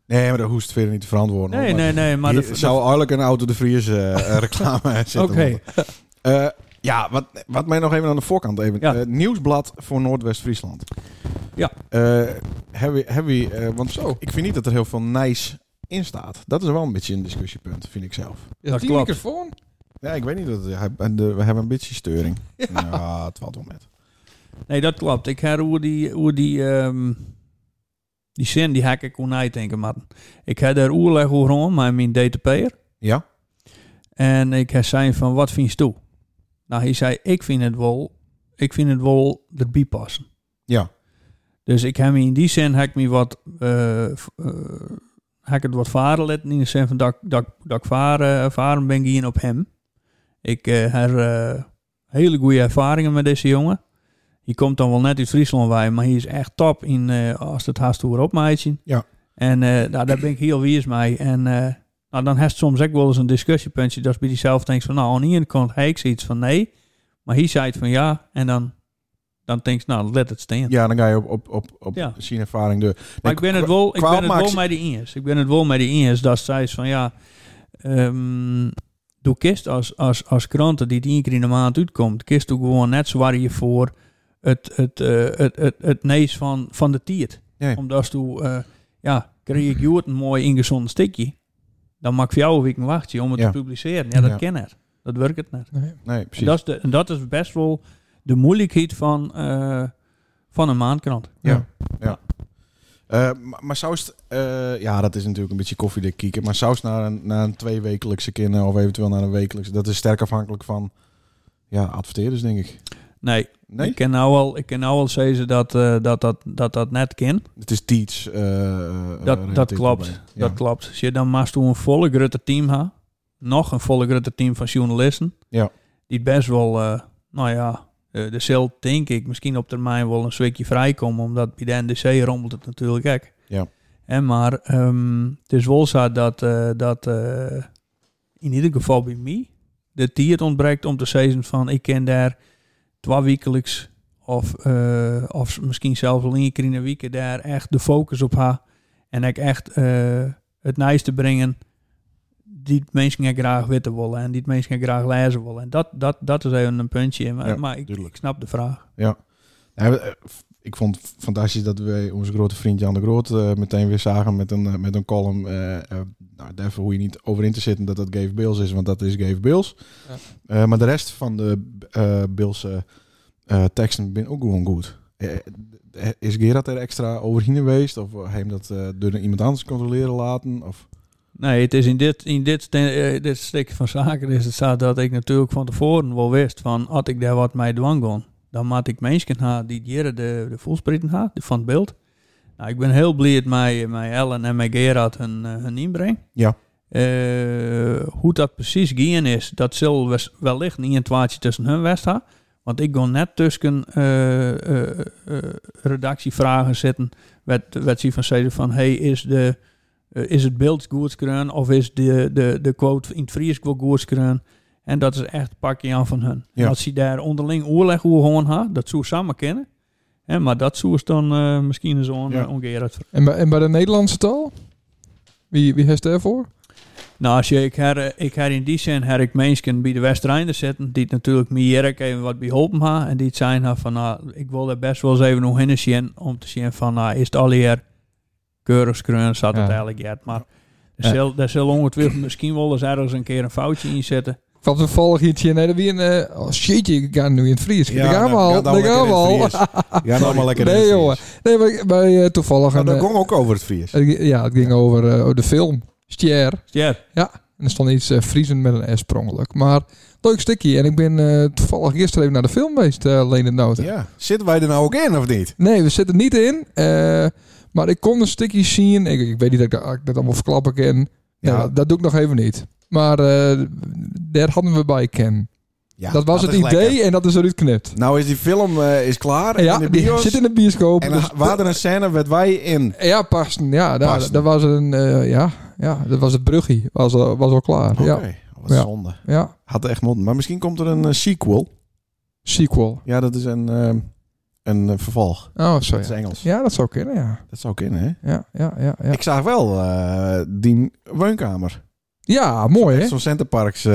A: Nee, maar dat hoest verder niet te verantwoorden.
G: Nee,
A: hoor.
G: nee, nee, maar
A: Hier
G: de,
A: zou eigenlijk een auto de Vries eh, eh, reclame zetten.
G: Oké.
A: Eh, ja, wat, wat mij nog even aan de voorkant even.
G: Ja.
A: eh, nieuwsblad voor Noordwest-Friesland.
G: Ja.
A: Eh, hebben we, hebben we, eh, want
B: Zo.
A: ik vind niet dat er heel veel nice in staat. Dat is wel een beetje een discussiepunt, vind ik zelf.
B: Is
G: Dat
B: die
G: klopt.
B: microfoon?
A: Ja, ik weet niet. Dat, hij- en de- we hebben een beetje steuring. Ja, het valt wel met.
G: nee, dat klopt. Ik heb hoe die, hoe die, ehm, die zin, die hak ik kon nadenken, man. Ik heb daar oerleg over om, maar mijn DTP'er.
A: Ja?
G: En ik heb zijn van, wat vind je toe? Nou, hij zei, ik vind het wel, ik vind het wel erbij passen.
A: Ja.
G: Dus ik heb me in die zin heb ik me wat, eh, v- eh, heb ik het wat varen laten in de zin van dat, ik- dat, ik- dat ik varen, ervaren ben hier op hem. Ik eh, heb eh, hele goede ervaringen met deze jongen. Hij komt dan wel net uit Friesland wij, maar hij is echt top in eh, als het haast hoe op meidje.
A: Ja.
G: En eh, nou, daar ben ik heel wiers mee. En eh, nou, dan heeft soms ook wel eens een discussiepuntje dat is bij jezelf denkt van nou, aan de ene kant heb ik zoiets van nee, maar hij zei het van ja en dan, dan denk ik nou, let het staan.
A: Ja, dan ga je op, op, op, op
G: Ja.
A: zien ervaring door.
G: Maar ik ben het wel, ik
A: qua
G: ben het
A: opmaak-
G: wel met de Iers. Ik ben het wel met de Iers dat zij is van ja, ehm, doe kist als, als, als kranten die tien keer in de maand uitkomt, kist ook gewoon net zwaar je voor het, het, eh, het, het, het nees van, van de tiert.
A: Nee.
G: Omdat toen, eh, ja, kreeg ik Joert een mooi ingezonden stikje. Dan maak ik voor jou een week een wachtje om het
A: Ja.
G: te publiceren. Ja, dat
A: Ja.
G: ken het. Dat werkt het net.
B: Nee.
A: Nee,
G: En
A: precies.
G: dat, is de, en dat is best wel de moeilijkheid van, eh, van een maandkrant.
A: Ja. ja. Eh, maar, maar zou het, eh, ja, dat is natuurlijk een beetje koffiedik kieken. Maar saus naar een, naar een tweewekelijkse kinder of eventueel naar een wekelijkse, dat is sterk afhankelijk van ja, adverteerders, denk ik.
G: Nee,
A: Nee,
G: Ik ken nou al, ik ken nou al zeggen dat, eh, dat, dat, dat dat net kan.
A: het is teach. eh,
G: Dat, dat klopt. Dat klopt. Als je dan maar toen een volle grote team ha, nog een volle grote team van journalisten,
A: Ja.
G: die best wel, eh, nou ja, eh, de cel denk ik misschien op termijn wel een zwikje vrijkomen, omdat bij de NDC rommelt het natuurlijk gek.
A: Ja.
G: En maar ehm, het is wel zo dat, eh, dat eh, in ieder geval bij mij de tier ontbreekt om te zeggen van ik ken daar twee wekelijks of, eh, of misschien zelfs al één keer in de week daar echt de focus op ha. En ik echt eh, het nice te brengen die het mensen graag weten willen en die het mensen graag lezen willen. En dat, dat, dat is even een puntje. Maar,
A: Ja,
G: maar ik,
A: tuurlijk.
G: ik snap de vraag.
A: Ja, we- eh, f- ik vond het fantastisch dat wij onze grote vriend Jan de Groot eh, meteen weer zagen met een, eh, met een column. eh eh, nou, daarvoor hoe je niet over in te zitten dat dat Gave Bills is, want dat is Gave Bills.
B: Ja.
A: Eh, maar de rest van de eh Bills eh, teksten ben ook gewoon goed. Eh, eh, is Gerard er extra overheen geweest? Of heeft hem dat eh, door iemand anders controleren laten? Of...
G: Nee, het is in dit, in dit, ten- eh, dit stuk van zaken is het zo dat ik natuurlijk van tevoren wel wist van had ik daar wat mee dwang kon, dan maat ik mensen ha die jaren de, de voelspritten ha, de- van het beeld. Nou, ik ben heel blij dat mij, eh, mij Ellen en mij Gerard hun, eh, hun inbreng.
A: Ja.
G: Eh, hoe dat precies gaan is, dat zal wes- wellicht niet een twaartje tussen hun west ha. Want ik kon net tussen eh, eh, eh, redactievragen zitten. Werd, werd ze van zeiden van, hey, is, de, eh, is het beeld goed gedaan? Of is de, de, de quote in het Fries wel goed gedaan? En dat is echt een pakje aan van hun.
A: Ja.
G: En als ze daar onderling oorleg over gewoon ha, dat zou ze samen kennen. Hè, maar dat zou ze dan eh, misschien zo'n
A: Ja.
G: ja. ongeëerd
B: En, bij, en bij de Nederlandse taal? Wie, wie heeft daarvoor?
G: Nou, als je, ik her, ik her in die zin her ik mensen bij de Westrijnder zitten, die het natuurlijk meer ik even wat beholpen ha, en die het zijn ha van, nou, ik wil er best wel eens even nog in zien, om te zien van, nou, is het al hier keurig skreun, zat
B: Ja.
G: het eigenlijk uit, maar
B: Ja.
G: er zal, er zal ongetwijfeld misschien wel eens ergens een keer een foutje in zitten.
B: Ik had toevallig iets hier. Nee, dat wie een. eh, oh shit, ik ga nu in het Fries. daar gaan we
A: nou,
B: al. Daar gaan we al.
A: Ja, nou maar lekker
B: Nee,
A: in het
B: jongen.
A: Fries.
B: Nee, maar ik- bij eh, toevallig.
A: Nou,
B: een,
A: dat
B: eh,
A: ging ook over het Fries.
B: het ging- ja, het ging over eh, de film. Stier.
G: Ja,
B: En er stond iets eh, Friesen met een S prongelijk. Maar leuk stukje. En ik ben eh, toevallig gisteren even naar de film geweest, eh Lene Noten.
A: Ja. Zitten wij er nou ook in of niet?
B: Nee, we zitten niet in. eh, maar ik kon een stukje zien. Ik, ik weet niet dat ik dat, ik dat allemaal verklappen kan. Ja.
A: Ja.
B: dat, dat doe ik nog even niet. Maar eh, daar hadden we bij Ken.
A: Ja,
B: dat was
A: is
B: het idee
A: lekker.
B: en dat is eruit knipt.
A: Nou is die film eh, is klaar.
B: En ja,
A: in de
B: die
A: bios.
B: zit in de bioscoop.
A: En
B: dus-
A: dan waren er een scène met wij in.
B: ja, Pasten. Ja, daar,
A: Pasten.
B: daar was een... eh, ja, ja, dat was het bruggie. Was, al- was al klaar.
A: Oké,
B: Ja,
A: wat
B: Ja.
A: zonde.
B: ja,
A: Had echt moeten. Maar misschien komt er een eh, sequel.
B: sequel.
A: Ja, dat is een, ehm, een eh, vervolg.
B: Oh, zo
A: Dat is
B: ja.
A: Engels.
B: Ja, dat zou kunnen, ja.
A: Dat zou kunnen, hè?
B: Ja, ja, ja. Ja,
A: Ik zag wel eh die woonkamer.
B: ja mooi hè?
A: Zo'n Centerparks eh,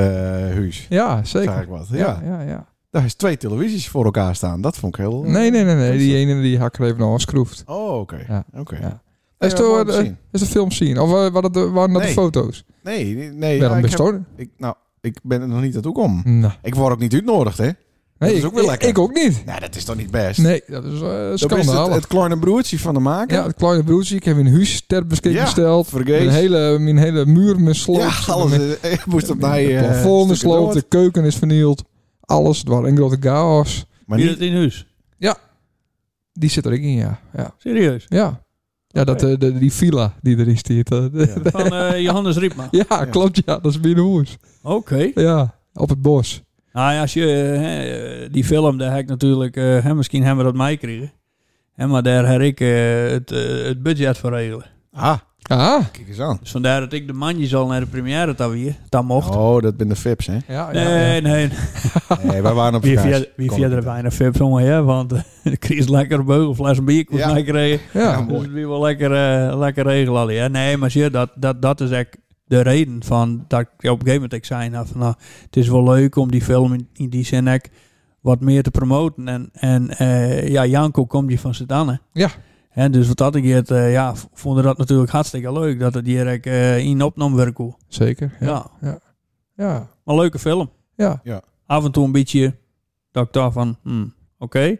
A: huis.
B: Ja, zeker.
A: Zag ik wat. Ja.
B: Ja, ja, ja.
A: Daar is twee televisies voor elkaar staan. Dat vond ik heel...
B: Nee, nee, nee, nee.
A: is
B: Die ene die hakker even naar schroeft.
A: Oh, oké.
B: Ja.
A: Oké.
B: Ja.
A: Ja,
B: Is, toch
A: mooi om te
B: eh,
A: zien.
B: is de film zien? Of eh, waren dat, de- waren dat
A: Nee.
B: de foto's?
A: Nee, nee, nee.
B: Ja,
A: ja,
B: dan
A: ik,
B: best
A: heb-
B: hoor.
A: ik, nou, ik ben er nog niet naartoe gekomen.
B: Nou.
A: Ik word ook niet uitnodigd, hè?
B: Nee,
A: is
B: ik-
A: ook weer
B: ik-
A: lekker.
B: Ik ook niet.
A: Nou, dat is toch niet best?
B: Nee, dat is eh
A: Dat is het,
B: schandalig.
A: het kleine broertje van de maker.
B: Ja, het kleine broertje. Ik heb een huis ter beschikking
A: Ja,
B: gesteld.
A: vergeet.
B: Mijn hele, mijn hele muur met sloot.
A: Ja, alles.
B: Mijn-
A: eh, Ik moest op mij.
B: mijn
A: eh,
B: plafond is
A: stukken
B: sloot. De
A: dood.
B: keuken is vernield. Alles. Het was een grote chaos.
A: Maar
G: Wie
A: niet,
G: dat in huis?
B: Die zit er ook in, ja. Ja,
G: Serieus.
B: ja. ja dat, eh, de, die villa die er is. Die het, eh, de-
A: Ja.
G: Van eh, Johannes Riepma.
B: ja. klopt. Ja, dat is mijn huis.
G: Oké.
B: Ja, op het bos.
G: Nou ja, als je eh, hè, die film, daar heb ik natuurlijk, eh, hè, misschien hebben we dat mij gekregen. Hè, maar daar heb ik eh, het, eh, het budget voor regelen.
A: ah,
B: Ah,
A: kijk eens aan.
G: Dus vandaar dat ik de mandjes al naar de première daar weer, daar mocht.
A: Oh, dat ben de Fips, hè?
B: ja, ja,
G: nee,
B: ja.
G: nee.
A: Nee, wij waren op
G: Wie
A: vakantie.
G: via, wie
A: Kon
G: via
A: ik
G: er
A: niet.
G: weinig vips om, hè? Want eh, de Chris lekker beugelfles en bier kost
A: Ja.
G: mij kregen.
B: Ja.
A: Ja,
G: Dus het weer wel lekker, eh, lekker regelen. al, hè. Nee, maar zie je, dat, dat, dat is echt de reden van dat ik op een gegeven moment ik zei, nou, van, nou, het is wel leuk om die film in, in die zin echt wat meer te promoten. En, en eh, ja, Janko komt hier van Sedanne.
B: Ja.
G: En dus wat dat ik het, eh, ja, v- vonden dat natuurlijk hartstikke leuk dat het hier echt, eh, in opnam werken.
B: Zeker.
G: Ja.
B: Ja. ja.
G: maar leuke film.
B: Ja.
G: Af en toe een beetje dat ik dacht van, hmm, oké.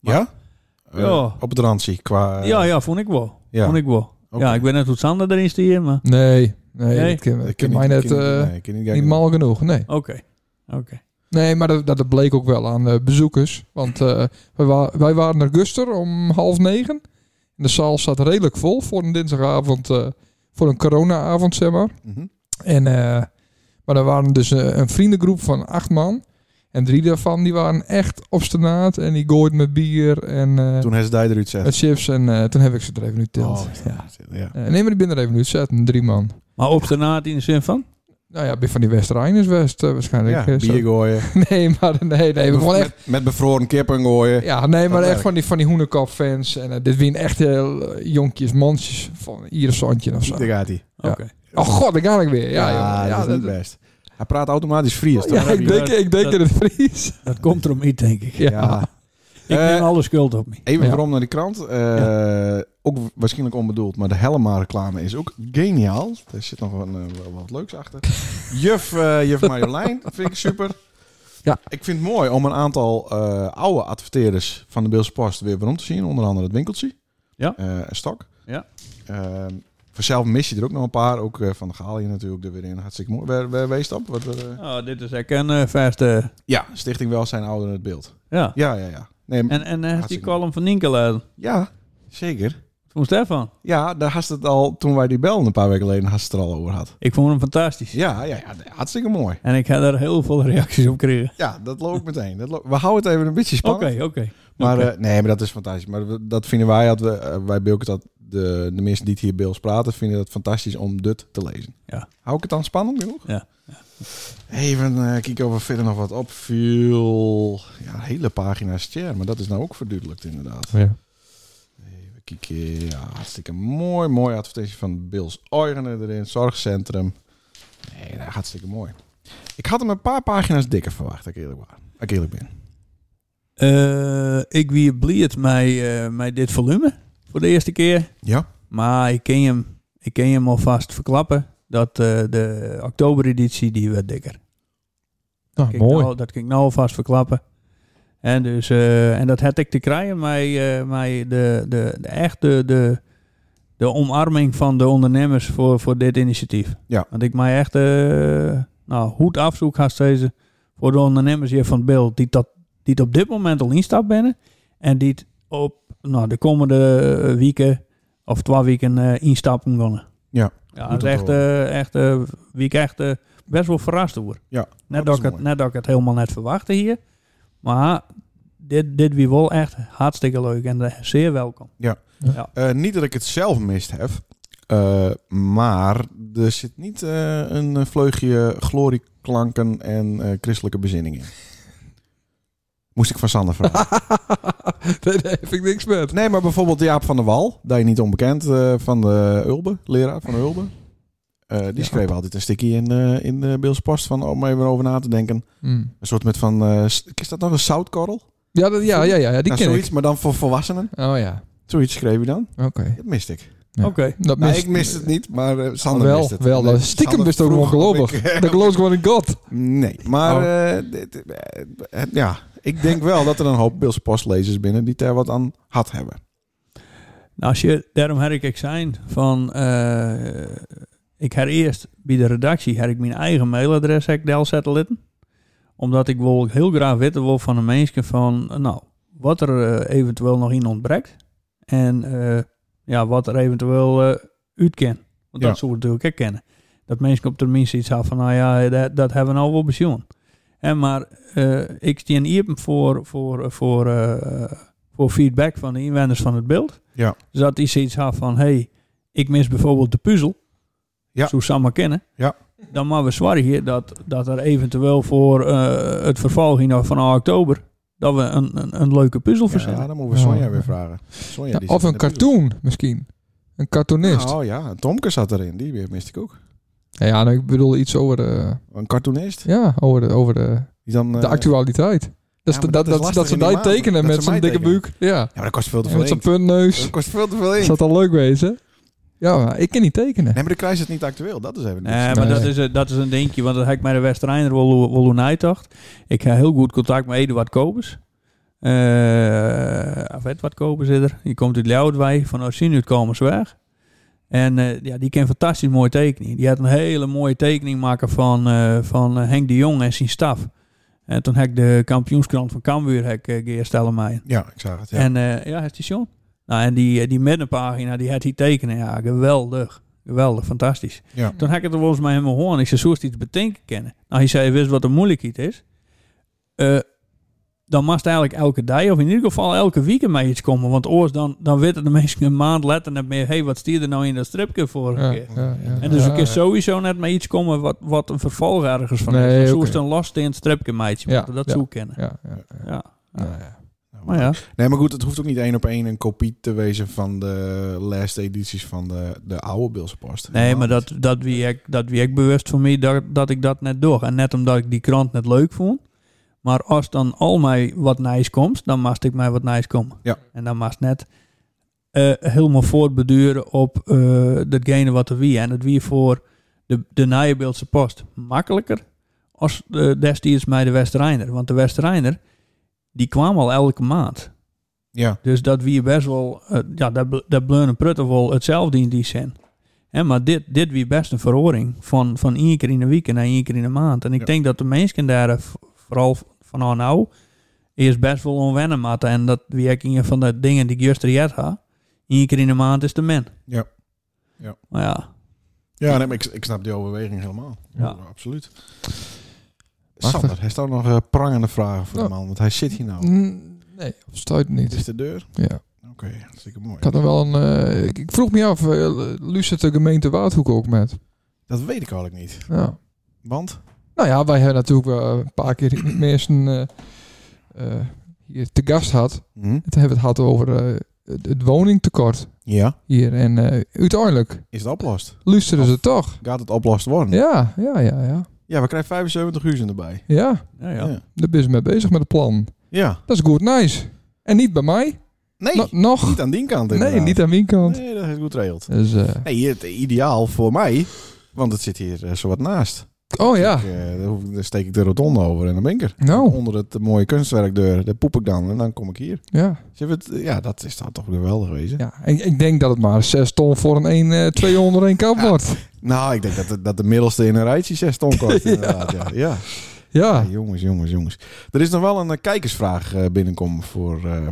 A: Ja? Eh,
G: Ja.
A: Op het randje qua...
G: ja, ja, vond ik wel.
A: Eh. Ja.
G: Vond ik wel.
A: Oké.
G: Ja, ik weet net hoe Sander erin stier, maar
B: Nee, nee,
G: Nee.
B: dat ken-
A: Ik ken
B: dat ken mij
A: niet- ik
B: net
A: ken niet-
B: eh,
A: nee, ik ken niet
B: niet
A: kijken.
B: mal genoeg. Nee.
G: oké. Oké.
B: Nee, maar dat, dat bleek ook wel aan eh, bezoekers. Want eh, wij, wa- wij waren naar Guster om half negen. En de zaal zat redelijk vol voor een dinsdagavond, eh, voor een corona-avond, zeg maar.
A: Mhm.
B: En, eh, maar er waren dus eh, een vriendengroep van acht man. En drie daarvan die waren echt op straat en die gooit met bier en eh,
A: Toen hij ze daar eruit zet.
B: met chips. En eh, toen heb ik ze er even nu tilt.
A: Oh,
B: ja.
A: Ja.
B: Eh, nee, maar die ben er even nu zetten, drie man.
G: Maar obstinaat in de zin van?
B: Nou ja, ben van die West-Rijners West eh,
A: Ja,
B: waarschijnlijk. eh, zo.
A: bier gooien.
B: nee, maar nee, nee. We
A: Met- Oh,
B: gewoon echt
A: met, met bevroren kippen gooien.
B: Ja, nee, maar
A: werkt.
B: echt van die, van die hoenekop-fans. En eh, dit wien echt heel eh, jonkjes, mansjes van Iris Zandje of zo.
A: Daar gaat hij. Ah,
G: Oké.
B: Ja. Oh god, daar ga ik weer. Ja, joh. ja,
A: dat is niet best. Hij praat automatisch Fries.
B: Ja,
A: toch?
B: ik denk, ik denk in het Fries.
G: Dat komt erom niet, denk ik.
B: Ja.
A: Ja.
G: Ik
A: Eh,
G: neem alle schuld op me.
A: Even
B: Ja.
A: waarom naar de krant. Eh, Ook waarschijnlijk onbedoeld, maar de Helma-reclame is ook geniaal. Daar zit nog een, eh, wel wat leuks achter. Juf, eh, Juf Marjolein, vind ik super.
B: Ja.
A: Ik vind het mooi om een aantal eh, oude adverteerders van de Beelse Post weer rond te zien. Onder andere het winkeltje.
G: Ja.
A: Eh, en Stok.
G: Ja.
A: Ehm, vanzelf mis je er ook nog een paar. Ook eh, van de Galië natuurlijk er weer in. Hartstikke mooi. Waar, waar wees dat? Wat, eh,
G: Oh, dit is echt een eh, verste...
A: ja, Stichting Welzijn Ouderen het Beeld.
G: Ja.
A: Ja, ja, ja. Nee,
G: En, en eh, heeft die
A: Hartstikke
G: column van Nienke laten?
A: ja, zeker.
G: Van Stefan.
A: Ja, daar had ze het al toen wij die belden een paar weken geleden, had ze het er al over gehad.
G: Ik vond hem fantastisch.
A: Ja, ja, ja, hartstikke mooi.
G: En ik heb daar heel veel reacties op gekregen.
A: Ja, dat loopt meteen. Dat loopt- We houden het even een beetje
G: Oké,
A: spannend.
G: oké.
A: Maar
G: Oké.
A: eh, nee, maar dat is fantastisch. Maar we- dat vinden wij, dat we, eh, wij Bilke, dat de, de mensen die het hier Beels praten, vinden dat fantastisch om dit te lezen.
G: Ja.
A: Hou ik het dan spannend genoeg?
G: Ja,
A: Even eh, kijken of er verder nog wat opviel. Ja, een hele pagina share, maar dat is nou ook verduidelijkt inderdaad.
B: Ja.
A: Even kijken. Ja, hartstikke mooi. Mooi advertentie van Bills Oigenen erin. Zorgcentrum. Nee, dat hartstikke mooi. Ik had hem een paar pagina's dikker verwacht, dat ik eerlijk, waar, als ik eerlijk ben.
G: Eh, ik wie bliert mij, eh, mij dit volume voor de eerste keer.
A: Ja?
G: Maar ik ken hem, ik ken hem alvast verklappen dat eh, de oktobereditie die werd dikker.
B: Nou,
G: Kijk
B: mooi.
G: Nou, dat kan ik nou alvast verklappen. En, dus, eh, en dat had ik te krijgen, maar, eh, maar de, de, de echte de, de omarming van de ondernemers voor, voor dit initiatief.
A: Ja.
G: Want ik mij echt eh nou, hoed afzoek had steeds voor de ondernemers hier van het beeld die, dat, die het op dit moment al instap binnen en die het op nou, de komende eh, weken of twee weken eh, instappen gaan.
A: Ja,
G: ja
A: goed
G: dat is
A: om
G: echt,
A: te
G: eh, echt eh, wie ik echt eh, best wel verrast over.
A: Ja, dat
G: Net dat,
A: is
G: ik het,
A: mooi.
G: net dat ik het helemaal net verwachtte hier. Maar dit, dit wie wel echt hartstikke leuk en eh, zeer welkom.
A: Eh, niet dat ik het zelf mist heb. Eh, maar er zit niet eh, een vleugje glorieklanken en eh, christelijke bezinning in. Moest ik van Sander vragen.
B: nee, daar heb ik niks met.
A: Nee, maar bijvoorbeeld Jaap van der Wal, daar je niet onbekend eh, van de Ulbe, leraar van de Ulbe. Eh, die schreef altijd een stukje in, eh, in de Beelse Post van, om even over na te denken.
B: Hm.
A: Een soort met van, eh, st- is dat nog een zoutkorrel?
B: Ja, dat, ja, ja, ja, ja, die
A: nou,
B: ken
A: zoiets,
B: ik.
A: maar dan voor volwassenen.
B: Oh ja,
A: Zoiets schreef je dan.
B: oké.
A: Dat miste ik.
B: Ja.
G: Oké.
B: Dat
A: Nou,
B: mist-
A: ik mist het niet, maar eh, Sander
B: wel,
A: mist het.
B: wel.
A: Nee,
B: dat stiekem
A: Sander
B: best ook
A: vroeg of
B: ongelooflijk.
A: ik,
B: Dat
A: eh,
B: geloof ik gewoon in God.
A: Nee, maar
B: Oh.
A: eh, dit- eh, eh, ja, ik denk wel dat er een hoop Beelse postlezers binnen die daar wat aan had hebben.
G: Nou, als je, daarom heb ik ik zijn van... eh, ik heb eerst bij de redactie heb ik mijn eigen mailadres heb ik daar zetten litten. Omdat ik wil heel graag weten wil van de mensen van... eh, Nou, wat er eh, eventueel nog in ontbreekt. En eh, ja, wat er eventueel eh, uit kan. Want
A: Ja.
G: dat zullen we natuurlijk herkennen. Dat mensen op tenminste iets hebben van... Nou ja, dat, dat hebben we nou wel bezien. En maar eh, ik stien hier voor, voor, voor, eh, voor feedback van de inwoners van het beeld. Dus dat is iets had van, hey, ik mis bijvoorbeeld de puzzel.
A: Ja.
G: Zo zou maar kennen.
A: Ja.
G: Dan maar we zwaar hier dat, dat er eventueel voor eh, het vervolging van oktober, dat we een, een, een leuke puzzel verzinnen.
A: Ja, dan moeten we Sonja
B: Ja.
A: weer vragen. Sonja,
B: Ja,
A: die
B: of
A: zit
B: een
A: in de buurt.
B: cartoon misschien. Een cartoonist.
A: Oh ja, Tomke zat erin. Die weer miste ik ook.
B: Ja, ja nou, ik bedoel iets over de,
A: Een cartoonist.
B: ja, over de, over de,
A: Die dan,
B: de
A: eh,
B: actualiteit. Dat,
A: maar
B: is de-
A: dat
B: dat,
A: is
B: dat, dat,
A: lastig
B: ze
A: in die
B: daar
A: maand.
B: tekenen
A: Dat
B: met
A: ze
B: zo'n
A: mij
B: dikke buik. Ja.
A: Ja, maar dat kost veel te
B: En
A: veel
B: met zo'n
A: inkt.
B: puntneus.
A: Dat kost veel te veel inkt.
B: Zou dat leuk wezen? Ja, maar ik kan niet tekenen.
A: Nee, maar de kruis is niet actueel. Dat is even
G: Nee,
A: niks.
G: Eh, maar dat
B: Nee.
G: is, een- dat is een dingetje, want dat heb ik met de Westerijner wel wel nijtacht. Ik heb heel goed contact met Eduard Kobus. Eh of Edward Kobus is er. Die komt uit Ljouwertwij, van Ossinuut komen ze weg. En eh, ja, die kan fantastisch mooi tekenen. Die had een hele mooie tekening maken van, eh, van eh, Henk de Jong en zijn staf. En toen heb ik de kampioenskrant van Cambuur heb ik, eh, Geert Stellemeijer.
A: Ja, ik zag het. Ja.
G: En eh, ja, heeft die John. Nou, en die, eh, die middenpagina, die had hij tekenen. Ja, geweldig. Geweldig, fantastisch.
A: Ja.
G: Toen had ik het er volgens mij helemaal horen. Ik zei, zoest iets bedenken kennen. Nou, hij zei, wist wat de moeilijkheid is. Eh, dan mag het eigenlijk elke dag, of in ieder geval elke weekend mee iets komen. Want oors dan, dan weten de mensen een maand later net meer... hey, wat stier er nou in dat stripje vorige
B: Ja,
G: keer?
B: ja, ja.
G: En dus
B: Ja,
G: een keer
B: ja.
G: sowieso net met iets komen wat, wat een vervolg ergens van
B: Nee,
G: is. Zo
B: oké.
G: is het een last in het stripje meidje.
B: Ja,
G: moeten dat
B: ja.
G: zo kennen.
B: Ja, ja, ja.
G: Ja.
B: Nou ja.
G: Maar ja.
A: Nee, maar goed, het hoeft ook niet één op één een kopie te wezen van de laatste edities van de, de oude Beelse Post.
G: Nee, maar dat, dat, wie ik, dat wie ik bewust van mij dat, dat ik dat net door. En net omdat ik die krant net leuk vond. Maar als dan al mij wat nice komt, dan mag ik mij wat nice komen.
A: Ja.
G: En dan mag net eh, helemaal voortbeduren op eh, datgene wat er wie. En dat wie voor de, de Nijenbeeldse post makkelijker als eh, destijds mij de Westerijner. Want de Westerijner, die kwam al elke maand.
A: Ja,
G: Dus dat wie best wel, eh, ja, dat, bl- dat bleuren prutten wel hetzelfde in die zin. Hè, maar dit, dit wie best een verhoring van, van één keer in de week en één keer in de maand. En ik
A: Ja.
G: denk dat de mensen daar eh, v- vooral van aan nou is best wel onwennen matten. En dat wie ik een van de dingen die ik juist reëerd ha, één keer in de maand is de men.
A: Ja. Ja.
G: Maar ja,
A: ja nee, maar ik, ik snap die overweging helemaal.
G: Ja.
A: absoluut.
B: Wacht.
A: Sander, hij staat nog eh, prangende vragen voor de
B: Ja.
A: man, want hij zit hier nou.
B: Mm, Nee, of stuit
A: Dit
B: niet.
A: is de deur.
B: Ja.
A: Oké, hartstikke mooi.
B: Ik had dan wel een. eh, ik, ik vroeg me af, eh, luistert de gemeente Waardhoek ook met?
A: Dat weet ik eigenlijk niet.
B: Ja.
A: Want?
B: Nou ja, wij hebben natuurlijk wel een paar keer mensen eh, eh, hier te gast gehad.
A: Hm?
B: En toen hebben we het gehad over eh, het, het woningtekort
A: Ja,
B: hier. En eh, uiteindelijk
A: is het oplost?
B: luisteren ze toch.
A: Gaat het oplost worden?
B: Ja, ja, ja, ja.
A: Ja, we krijgen 75 uur erbij.
B: Ja,
G: ja, ja.
A: Ja.
B: daar ben je mee bezig met het plan.
A: Ja.
B: Dat is goed, nice. En niet bij mij.
A: Nee,
B: No- nog.
A: niet aan die kant
B: Nou, nee,
A: inderdaad.
B: niet aan mijn kant.
A: Nee, dat is goed geregeld.
B: Dus, eh,
A: Nee, het ideaal voor mij, want het zit hier eh, zowat naast.
B: oh ja.
A: Ik, eh, dan hoef ik- dan steek ik de rotonde over en dan ben ik er.
B: Nou.
A: Onder het eh, mooie kunstwerkdeur, daar poep ik dan en dan kom ik hier.
B: Ja,
A: Ze hebben het, ja, dat is dan toch geweldig wezen.
B: ja. Ik, ik denk dat het maar 6 ton voor een 1, eh 200 één kap wordt.
A: Nou, ik denk dat, de- dat de middelste in een rijtje zes ton kost inderdaad. ja. Ja.
B: Ja.
A: Ja, jongens, jongens, jongens. Er is nog wel een eh, kijkersvraag eh, binnenkomen voor, eh,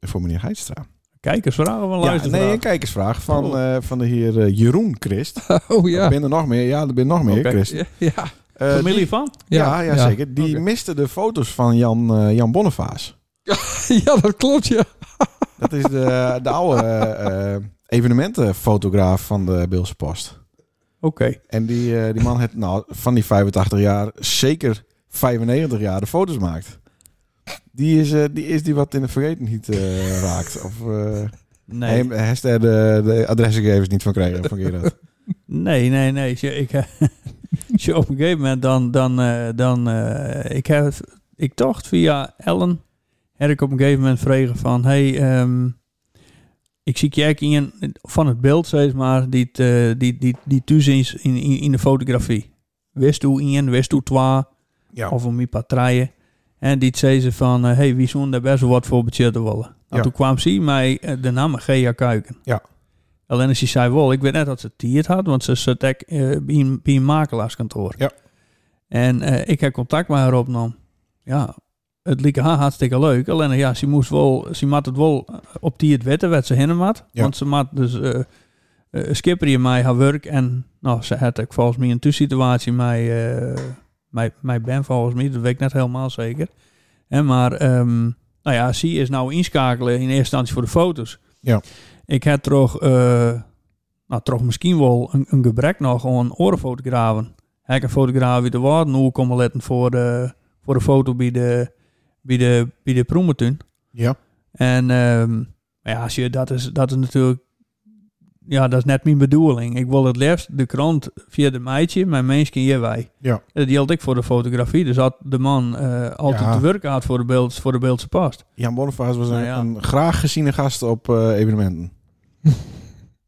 A: voor meneer Heidstra.
G: Kijkersvragen van
A: Ja,
G: luisteraars.
A: nee, een kijkersvraag van, eh, van de heer eh, Jeroen Christ.
B: Oh
A: Er
B: ja.
A: zijn er nog meer. Ja, er zijn nog meer,
G: Oké.
A: Christ.
B: Ja, ja.
A: Eh,
G: Familie van?
A: Ja, ja, zeker. Die
B: Oké.
A: miste de foto's van Jan, eh, Jan Bonnevaas.
B: Ja, dat klopt, ja.
A: Dat is de, de oude eh, eh, evenementenfotograaf van de Beelse Post.
G: Oké.
A: En die, eh, die man heeft nou, van die 85 jaar zeker 95 jaar de foto's maakt. Die is, eh, die, is die wat in de vergetenheid eh, raakt. Of, eh
G: Nee.
A: hij hij heeft daar de, de adresgegevens niet van gekregen van Gerard.
G: Nee, nee, nee. Tje, ik, eh, tje, op een gegeven moment dan... dan, eh, dan eh, ik, heb, ik dacht via Ellen... heb ik op een gegeven moment vragen van... Hey, ehm, ik zie jij in van het beeld, zeg maar... die, het, eh, die, die, die thuis is in, in, in de fotografie. Wist hoe in, wist hoe twa...
A: Ja.
G: of om die partijen. En die zei ze van... eh, hey, wie zoen daar best wel wat voor budget willen. Nou,
A: Ja.
G: Toen kwam ze mij eh, de naam Gea Kuiken.
A: Ja.
G: Alleen als je zei wel, ik weet net dat ze tiert had, want ze zat ek, eh, bij, een, bij een makelaarskantoor.
A: Ja.
G: En eh, ik heb contact met haar opgenomen. Ja, het liep haar hartstikke leuk. Alleen eh, ja, ze moest wel, ze maat het wel eh, op tiert wetten wat ze hinnen maat.
A: Ja.
G: Want ze maat dus eh eh, skipper in mij haar werk en nou, ze had ook volgens mij een tussensituatie mij, eh mij, mij ben volgens mij, dat weet ik net helemaal zeker. En maar, ehm, nou ja, ze is nou inschakelen in eerste instantie voor de foto's.
A: Ja.
G: Ik heb toch, eh, nou, toch misschien wel een, een gebrek nog aan orenfotografen. Heb ik een fotograaf die de waard nu komen letten voor de, voor de foto bij de, bij de, bij de proemetun.
A: Ja.
G: En ehm, maar ja, als je, dat, is, dat is natuurlijk... Ja, dat is net mijn bedoeling. Ik wil het liefst de krant via de meidje, mijn mensen hier wij.
A: Ja.
G: Dat hield ik voor de fotografie. Dus had de man eh, altijd
A: Ja.
G: te werken had voor de, beeld, voor de beeldse past.
A: Jan Bonnefaas was een,
G: Nou ja.
A: een graag geziene gast op eh, evenementen.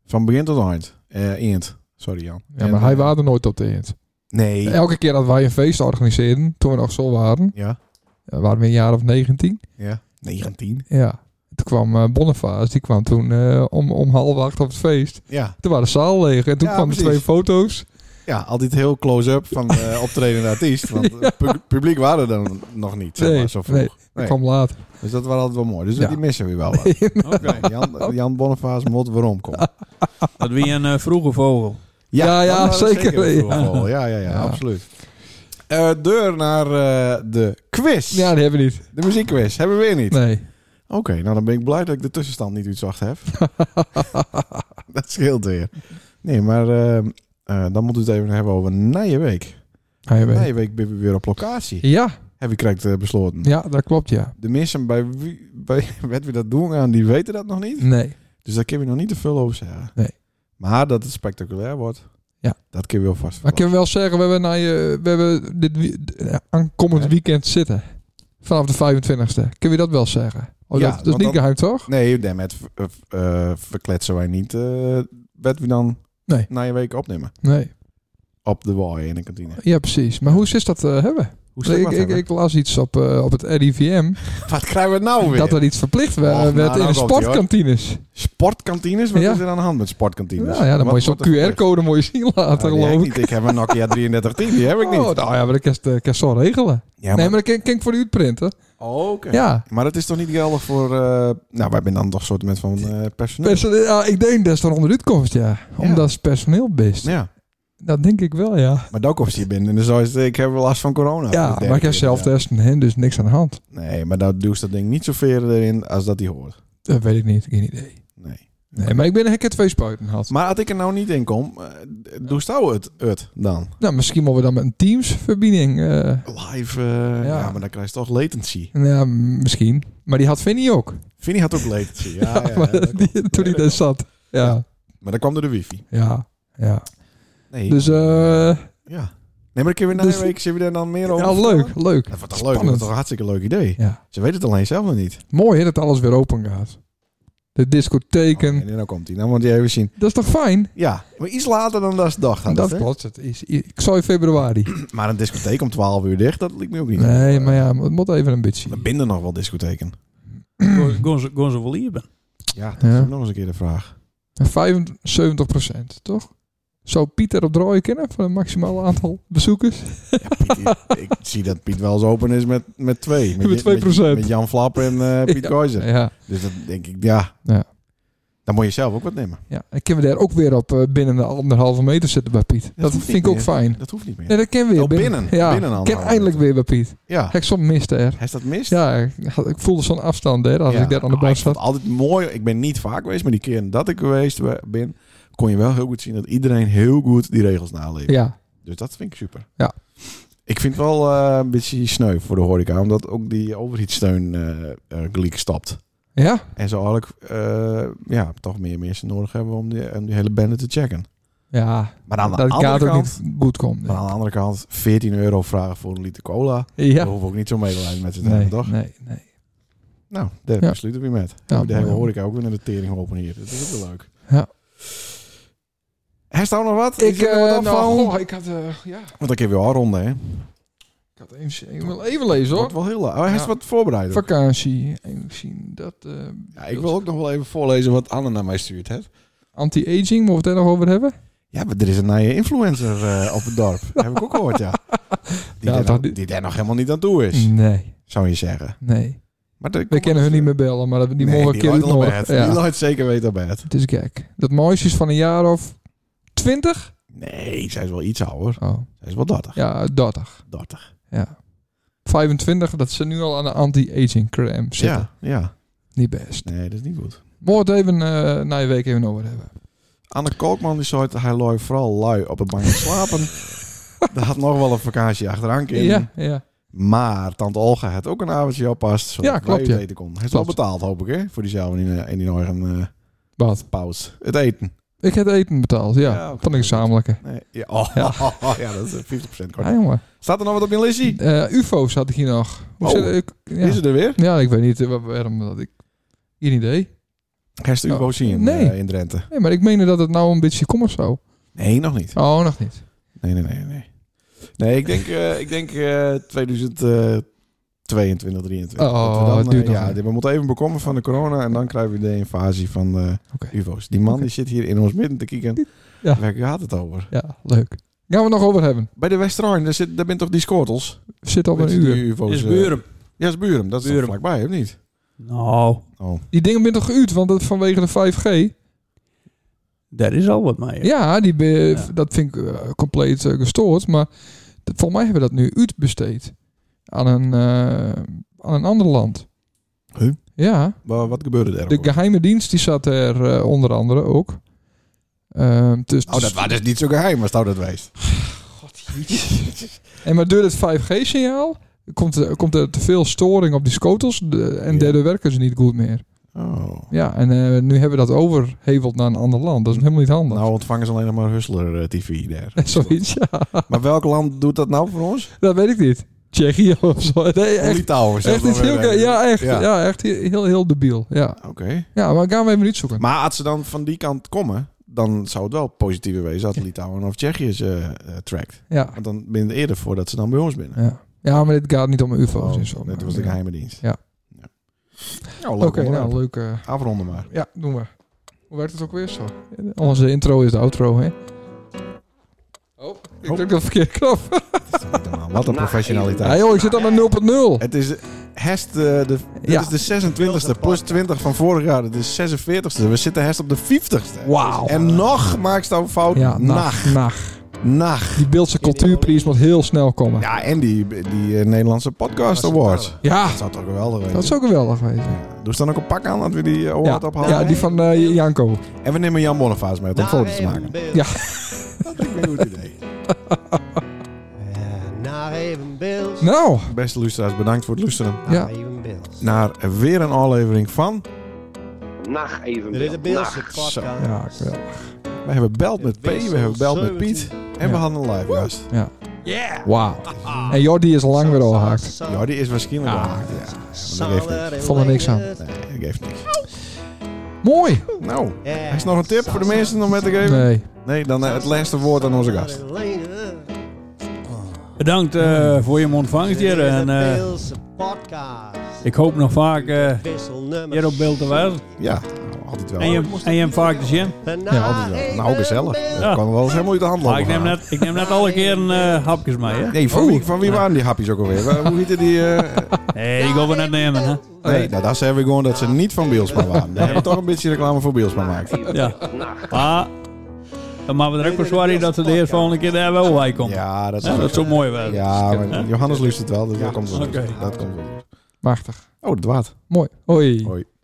A: van begin tot eind. Eh, eind. Sorry Jan.
B: Ja,
A: En,
B: maar hij
A: eh,
B: was er nooit op de eind.
A: Nee.
B: Elke keer dat wij een feest organiseerden, toen we nog zo waren,
A: Ja.
B: eh, waren we een jaar of 19.
A: Ja. 19.
B: Ja. Toen kwam eh Bonnefaas, die kwam toen eh, om, om half acht op het feest.
A: Ja.
B: Toen waren de zaal leeg en toen
A: Ja,
B: kwamen de twee
A: precies.
B: foto's.
A: Ja, altijd heel close-up van eh optredende artiest. Want het pu- publiek waren er dan nog niet. zeg
B: Nee,
A: maar, zo vroeg.
B: nee. Dat
A: Nee.
B: kwam later.
A: Dus dat was altijd wel mooi. Dus
B: Ja.
A: die missen we wel wat.
G: Oké.
A: Jan, Jan Bonnefaas moet waarom komen.
G: Dat wie een eh, vroege vogel.
B: Ja, ja,
A: dat was
B: zeker.
A: een
B: Ja.
A: voorval. Ja, ja, ja,
B: Ja.
A: absoluut. Eh, deur naar eh, de quiz.
B: Ja, die hebben we niet.
A: De muziekquiz hebben we weer niet.
B: Nee.
A: Oké, nou dan ben ik blij dat ik de tussenstand niet uitzacht heb. dat scheelt weer. Nee, maar eh, eh, dan moeten we het even hebben over Nije Week.
B: Hij weet.
A: Nije Week ben we weer op locatie.
B: Ja,
A: Heb ik correct eh, besloten.
B: ja, dat klopt, ja.
A: De mensen bij wie bij, wat we dat doen gaan, die weten dat nog niet.
B: Nee.
A: Dus daar kunnen we nog niet te veel over zeggen.
B: Nee.
A: Maar dat het spectaculair wordt,
B: Ja.
A: dat kunnen we wel vast
B: Maar ik kan wel zeggen, we hebben, naar je, we hebben dit wie- eh, aankomend
A: Hè?
B: weekend zitten. Vanaf de 25e. Kun je dat wel zeggen? Oh,
A: Ja,
B: dat, dat is
A: want
B: niet
A: dan-
B: geheim, toch?
A: Nee, daarmee v- eh, v- eh, verkletsen wij niet eh wat we dan
B: Nee.
A: na je week opnemen.
B: Nee.
A: Op de waai in de kantine.
B: Ja, precies. Maar hoe is dat eh, hebben?
A: Hoe zou
B: ik,
A: dat
B: ik,
A: hebben?
B: ik las iets op, eh, op het RIVM
A: Wat krijgen we nou weer?
B: dat er iets verplicht we-
A: Och, nou,
B: werd
A: nou
B: in de
A: komt-ie, hoor.
B: sportkantines.
A: Sportkantines? Wat
B: Ja.
A: is er aan de hand met sportkantines?
B: Ja, ja, dan
A: Wat
B: moet je
A: wordt er
B: zo'n
A: verplicht?
B: QR-code mooi zien laten,
A: Ja, die heb ik
B: geloof ik.
A: niet. Ik heb een Nokia 3310, die heb ik niet.
B: Oh, nou ja, maar dat kan je- dat kan je zo regelen.
A: Ja, maar,
B: Nee, maar dat kan- kan ik voor u printen.
A: Oh, oké.
B: Ja.
A: Maar dat is toch niet geldig voor... eh, nou, wij zijn dan toch een soort met van eh, personeel.
B: Personeel, ja, ah, ik denk dat het onder uitkomst, ja. Omdat het personeel best.
A: ja.
B: Dat denk ik wel, ja.
A: Maar dan komt ze hier binnen en dan zou je zeggen, ik heb wel last van corona.
B: Ja,
A: De derde
B: maar ik heb
A: keer,
B: zelf
A: ja.
B: testen, hè, dus niks aan de hand.
A: Nee, maar dat doet dat ding niet zoveel erin als dat die hoort.
B: Dat weet ik niet, geen idee.
A: Nee.
B: Nee, maar ik ben een hekker twee spuiten had.
A: Maar als ik er nou niet in kom, eh, d- doe zou het, het dan?
B: Nou, misschien moeten we dan met een Teams-verbinding. eh,
A: Live, eh, ja. maar dan krijg je toch latency.
B: nou ja, m- misschien. Maar die had Vinnie ook.
A: Vinnie had ook latency, ja. ja,
B: maar
A: dat klopt.
B: die- toen hij daar zat. Ja,
A: maar dan kwam er de wifi.
B: ja, ja.
A: Nee.
B: Dus, eh
A: Ja. Nee, maar kunnen we na
B: Dus-
A: een week zien we daar dan meer over?
B: ja, leuk,
A: vertellen?
B: leuk.
A: Dat wordt toch leuk, dat
B: Spannend.
A: wordt toch een hartstikke leuk idee.
B: Ja.
A: Ze weten het alleen zelf nog niet.
B: Mooi hè, dat alles weer open gaat. De discotheken.
A: Oh, nee, nou komt hij. Nou moet je even zien.
B: Dat is toch fijn?
A: Ja, maar iets later dan dat ze dacht had.
B: dat
A: hè?
B: klopt. Het is, ik zou in februari.
A: Maar een discotheek om 12 uur dicht, dat liep me ook niet.
B: Nee,
A: Eh,
B: maar ja, het moet even een beetje.
A: Er binden nog wel discotheken.
G: Gon- Gon ze- gon ze wel hier ben.
A: Ja, dat
B: Ja.
A: is ook nog eens een keer de vraag.
B: 75 toch? Zou Pieter op draaien kennen van het maximale aantal bezoekers?
A: Ja, Piet, ik, ik zie dat Piet wel eens open is met, met twee.
B: Met
A: Je-
B: 2%.
A: Met, Jan Flap en eh, Piet
B: Ja.
A: Keizer.
B: Ja.
A: Dus dat denk ik, ja.
B: Ja.
A: Dan moet je zelf ook wat nemen.
B: Ja, en kunnen we daar ook weer op eh, binnen de anderhalve meter zitten bij Piet. Dat,
A: hoeft
B: vind ik
A: niet
B: ook
A: meer.
B: fijn.
A: Dat hoeft niet meer.
B: Nee, dat ken weer.
A: Oh, binnen. Binnen
B: Ja, ken
A: anderhalve
B: eindelijk weer bij Piet.
A: Ja.
B: Kijk, soms mist er.
A: Heeft dat mis?
B: Ja, ik, had- ik voelde zo'n afstand hè, als
A: Ja.
B: ik daar aan de
A: Ah,
B: bar
A: ik vond
B: zat.
A: het altijd mooi. Ik ben niet vaak geweest, maar die keer dat ik geweest we- ben, kon je wel heel goed zien dat iedereen heel goed die regels naleeft.
B: Ja,
A: Dus dat vind ik super.
B: Ja.
A: Ik vind het wel eh, een beetje sneu voor de horeca, omdat ook die overheidssteun eh eh, gelijk stapt.
B: ja,
A: En zo eigenlijk eh, ja, toch meer mensen nodig hebben om die, om die hele bende te checken.
B: ja.
A: Maar aan de,
B: dat
A: andere,
B: gaat ook
A: kant,
B: Nou, niet goed komt.
A: maar aan de andere kant, 14 euro vragen voor een liter cola.
B: Ja,
A: Daar hoef ik ook niet zo medelijden met te
B: nee,
A: hebben, toch?
B: nee, nee.
A: Nou, daar
B: Ja.
A: besluiten we met.
B: Ja,
A: daar
B: mooi,
A: hoor ik ook weer naar de tering open hier. Dat is ook wel leuk.
B: Ja.
A: Heeft er nog wat?
B: Ik,
A: er nog wat
B: eh nou,
A: afvallen?
B: goh, ik had, eh, ja,
A: Want dan kun je weer al ronden, hè?
B: ik had even, ik wil even lezen
A: Wordt
B: hoor.
A: wel heel leuk. Oh, hij is
B: Ja.
A: wat voorbereid. ook.
B: Vakantie, even zien dat. eh,
A: Ja, ik wil ook nog wel even voorlezen wat Anne naar mij stuurt, hè?
B: Anti-aging, mogen we het daar nog over hebben?
A: Ja, maar er is een nieuwe influencer eh, op het dorp. heb ik ook gehoord, ja. Die,
B: Ja,
A: daar,
B: toch
A: nog-
B: die-
A: die daar nog helemaal niet aan toe is,
B: Nee,
A: zou je zeggen.
B: nee.
A: Maar de,
B: We kennen hun niet meer bellen, maar dat- die mogen een keer
A: die
B: uit
A: laat al
B: nog.
A: bed. Die
B: Ja,
A: laat zeker weten op bed.
B: het is gek. Dat mooisje is van een jaar of twintig?
A: Nee, zij is wel iets ouder.
B: Oh,
A: Zij is wel 30.
B: ja, dertig.
A: 30.
B: Ja. 25, dat ze nu al aan de anti-aging crème zitten.
A: Ja, ja.
B: Niet best.
A: Nee, dat is niet goed.
B: Mocht even eh na je week even over hebben.
A: Anne Kolkman die zei, hij looi vooral lui op het bankje slapen. Daar had nog wel een vakantie achteraan kunnen.
B: Ja, ja.
A: Maar tante Olga had ook een avondje oppast. Zodat
B: Ja, klopt,
A: wij
B: ja.
A: het eten kon. Hij heeft wel
B: Klopt.
A: betaald, hoop ik, hè? Voor diezelfde in, eh, in die eigen eh,
B: Wat?
A: pauze. Het eten.
B: Ik heb eten betaald, ja.
A: Ja, oké.
B: Van een gezamenlijke.
A: Nee, ja, oh,
B: Ja.
A: ja. dat is eh, 50%
B: Ja,
A: kort.
B: jongen.
A: Staat er nog wat op je listie?
B: Eh, UFO's had ik hier nog. Hoe
A: Oh,
B: zit- ik, ja.
A: Is het er weer?
B: ja, ik weet niet eh, waar- waarom dat ik. Geen idee.
A: Heeft u
B: Oh,
A: wel zien
B: nee.
A: eh, in Drenthe?
B: Nee, maar ik meende dat het nou een beetje kom of zo.
A: Nee, nog niet.
B: Oh, nog niet.
A: Nee, nee, nee. Nee, nee ik denk, eh ik denk eh 2022, 23.
B: Oh,
A: Dat we dan,
B: het
A: eh,
B: duurt nog
A: ja,
B: even.
A: dit- we moeten even bekomen van de corona en dan krijgen we de invasie van de
B: Oké.
A: ufo's. Die man
B: Oké.
A: die zit hier in ons midden te kijken.
B: Ja.
A: Waar gaat het over?
B: Ja, leuk. Gaan we het nog over hebben.
A: Bij de Westerarm, daar, zit, daar bent toch die skortels?
B: We zitten op
A: Weet
B: een
A: je, die
B: uur.
A: UFO's,
G: is
A: eh,
G: buren.
A: Ja, is Buren. Dat is toch
G: Buren.
A: vlakbij, of niet?
G: Nou,
A: Oh.
B: Die dingen zijn toch geüut, want dat vanwege de 5G.
G: daar is al wat mee. hè?
B: Ja, die be-
G: Ja.
B: dat vind ik eh, compleet eh, gestoord. Maar t- volgens mij hebben we dat nu uitbesteed. Aan een, eh, aan een ander land.
A: Huh?
B: Ja.
A: Wa- wat gebeurde er?
B: De geheime dienst die zat er eh, onder andere ook. Ehm, dus,
A: Oh, dat was dus niet zo geheim als nou dat wees.
B: En maar door het 5G-signaal komt, er- komt er te veel storing op die schotels. de- en
A: Ja.
B: daardoor werken ze niet goed meer.
A: Oh.
B: Ja, en eh, nu hebben we dat overheveld naar een ander land. Dat is helemaal niet handig.
A: Nou ontvangen ze alleen nog maar Hustler eh, TV daar.
B: Zoiets, ja.
A: Maar welk land doet dat nou voor ons?
B: Dat weet ik niet. Tsjechië of zo. Nee, echt,
A: Litouwen. zelfs
B: echt iets
A: wel weer,
B: heel...
A: eh,
B: ge- Ja, echt,
A: Ja.
B: ja. echt he- heel, heel debiel. Ja.
A: Oké.
B: ja, maar gaan we even niet zoeken.
A: Maar als ze dan van die kant komen, dan zou het wel positiever wezen dat Litouwen of Tsjechië ze eh, trackt.
B: Ja.
A: Want dan ben je er eerder voordat ze dan bij ons binnen.
B: Ja. ja, maar dit gaat niet om ufo's en zo.
A: dat Oh, was de
B: Ja.
A: geheime dienst.
B: Ja.
A: Ja. Nou,
B: Oké,
A: leuk onderwerp.
B: nou, leuk... eh,
A: Afronden maar.
B: Ja, doen we. Hoe werkt het ook weer zo? Onze intro is de outro, hè? Oh, ik
A: Oh.
B: druk op de verkeerde knop.
A: Dat is niet normaal. Wat een
B: Ja,
A: professionaliteit.
B: joh, ik zit aan de 0.0.
A: Het is Hest, eh, de, dit
B: Ja.
A: is de 26e plus 20 van vorig jaar. Het is 46e. We zitten Hest op de 50ste.
B: Wauw.
A: En nog maakt ze een fout.
B: Ja,
A: nacht.
B: nacht, nacht.
A: Nacht.
B: Die Beeldse cultuurprijs moet heel snel komen. Ja,
A: Ja, en die, die eh, Nederlandse Podcast Awards. Dat zou toch geweldig zijn.
B: dat is ook geweldig geweest.
A: Ja. Doe ze Dus dan ook een pak aan dat we die eh,
B: Ja,
A: award ophalen?
B: ja, die van eh, Janko.
A: En we nemen Jan Bonnevaas mee om foto's te maken.
B: Ja.
A: Dat vind ik een goed idee.
C: Naar even beeld.
B: Nou,
A: Beste luisteraars, bedankt voor het luisteren
B: ja.
C: Naar even beeld.
A: naar weer een aflevering van...
E: Nacht even.
C: Dit is de Beelse podcast.
B: Ja, geweldig.
A: We hebben belt met P, we hebben belt met Piet en we
B: Ja.
A: hadden een live gast.
B: Wauw. En Jordi is al lang weer alhaakt.
A: Ja, die is waarschijnlijk
B: Ah,
A: wel. Ja, maar dat geeft niet.
C: Ik
B: Vond er niks aan.
A: Nee, dat geeft niks.
B: Mooi.
A: Nou, is er nog een tip voor de mensen om mee te geven?
B: Nee.
A: Nee, dan eh, het laatste woord aan onze gast.
G: Bedankt eh, voor je ontvangst hier. En eh,
C: podcast.
G: ik hoop nog vaak eh, hier op beeld te wijzen.
A: Ja, Altijd wel.
G: AM, AM Varkens Jam.
A: Ja, altijd wel. Nou, gezellig.
G: Ja.
A: Dat kan wel eens helemaal uit de hand
G: Maar
A: lopen
G: Ah, ik neem
A: gaan.
G: net, ik neem net alle keer een eh, hapjes mee, hè?
A: Nee, van, wie,
B: Oh.
A: van wie waren die hapjes ook alweer? Waar- Hoe heette die? eh,
G: Nee, die gaan we net nemen, hè?
A: Nee, nou, daar zijn we gewoon dat ze niet van Bielsma waren. Daar hebben we toch een beetje reclame voor Bielsma gemaakt.
G: Ja. Maar dan maken we er ook voor zorgen dat we de eerste volgende keer daar wel bij komen. Ja,
A: Ja, dat is,
G: dat is zo mooi wel.
A: ja maar Johannes luistert het wel, dus dat komt wel.
G: Oké.
A: Dat komt wel.
B: Machtig.
A: Oh, dat waard.
B: Mooi. Hoi.
A: Hoi.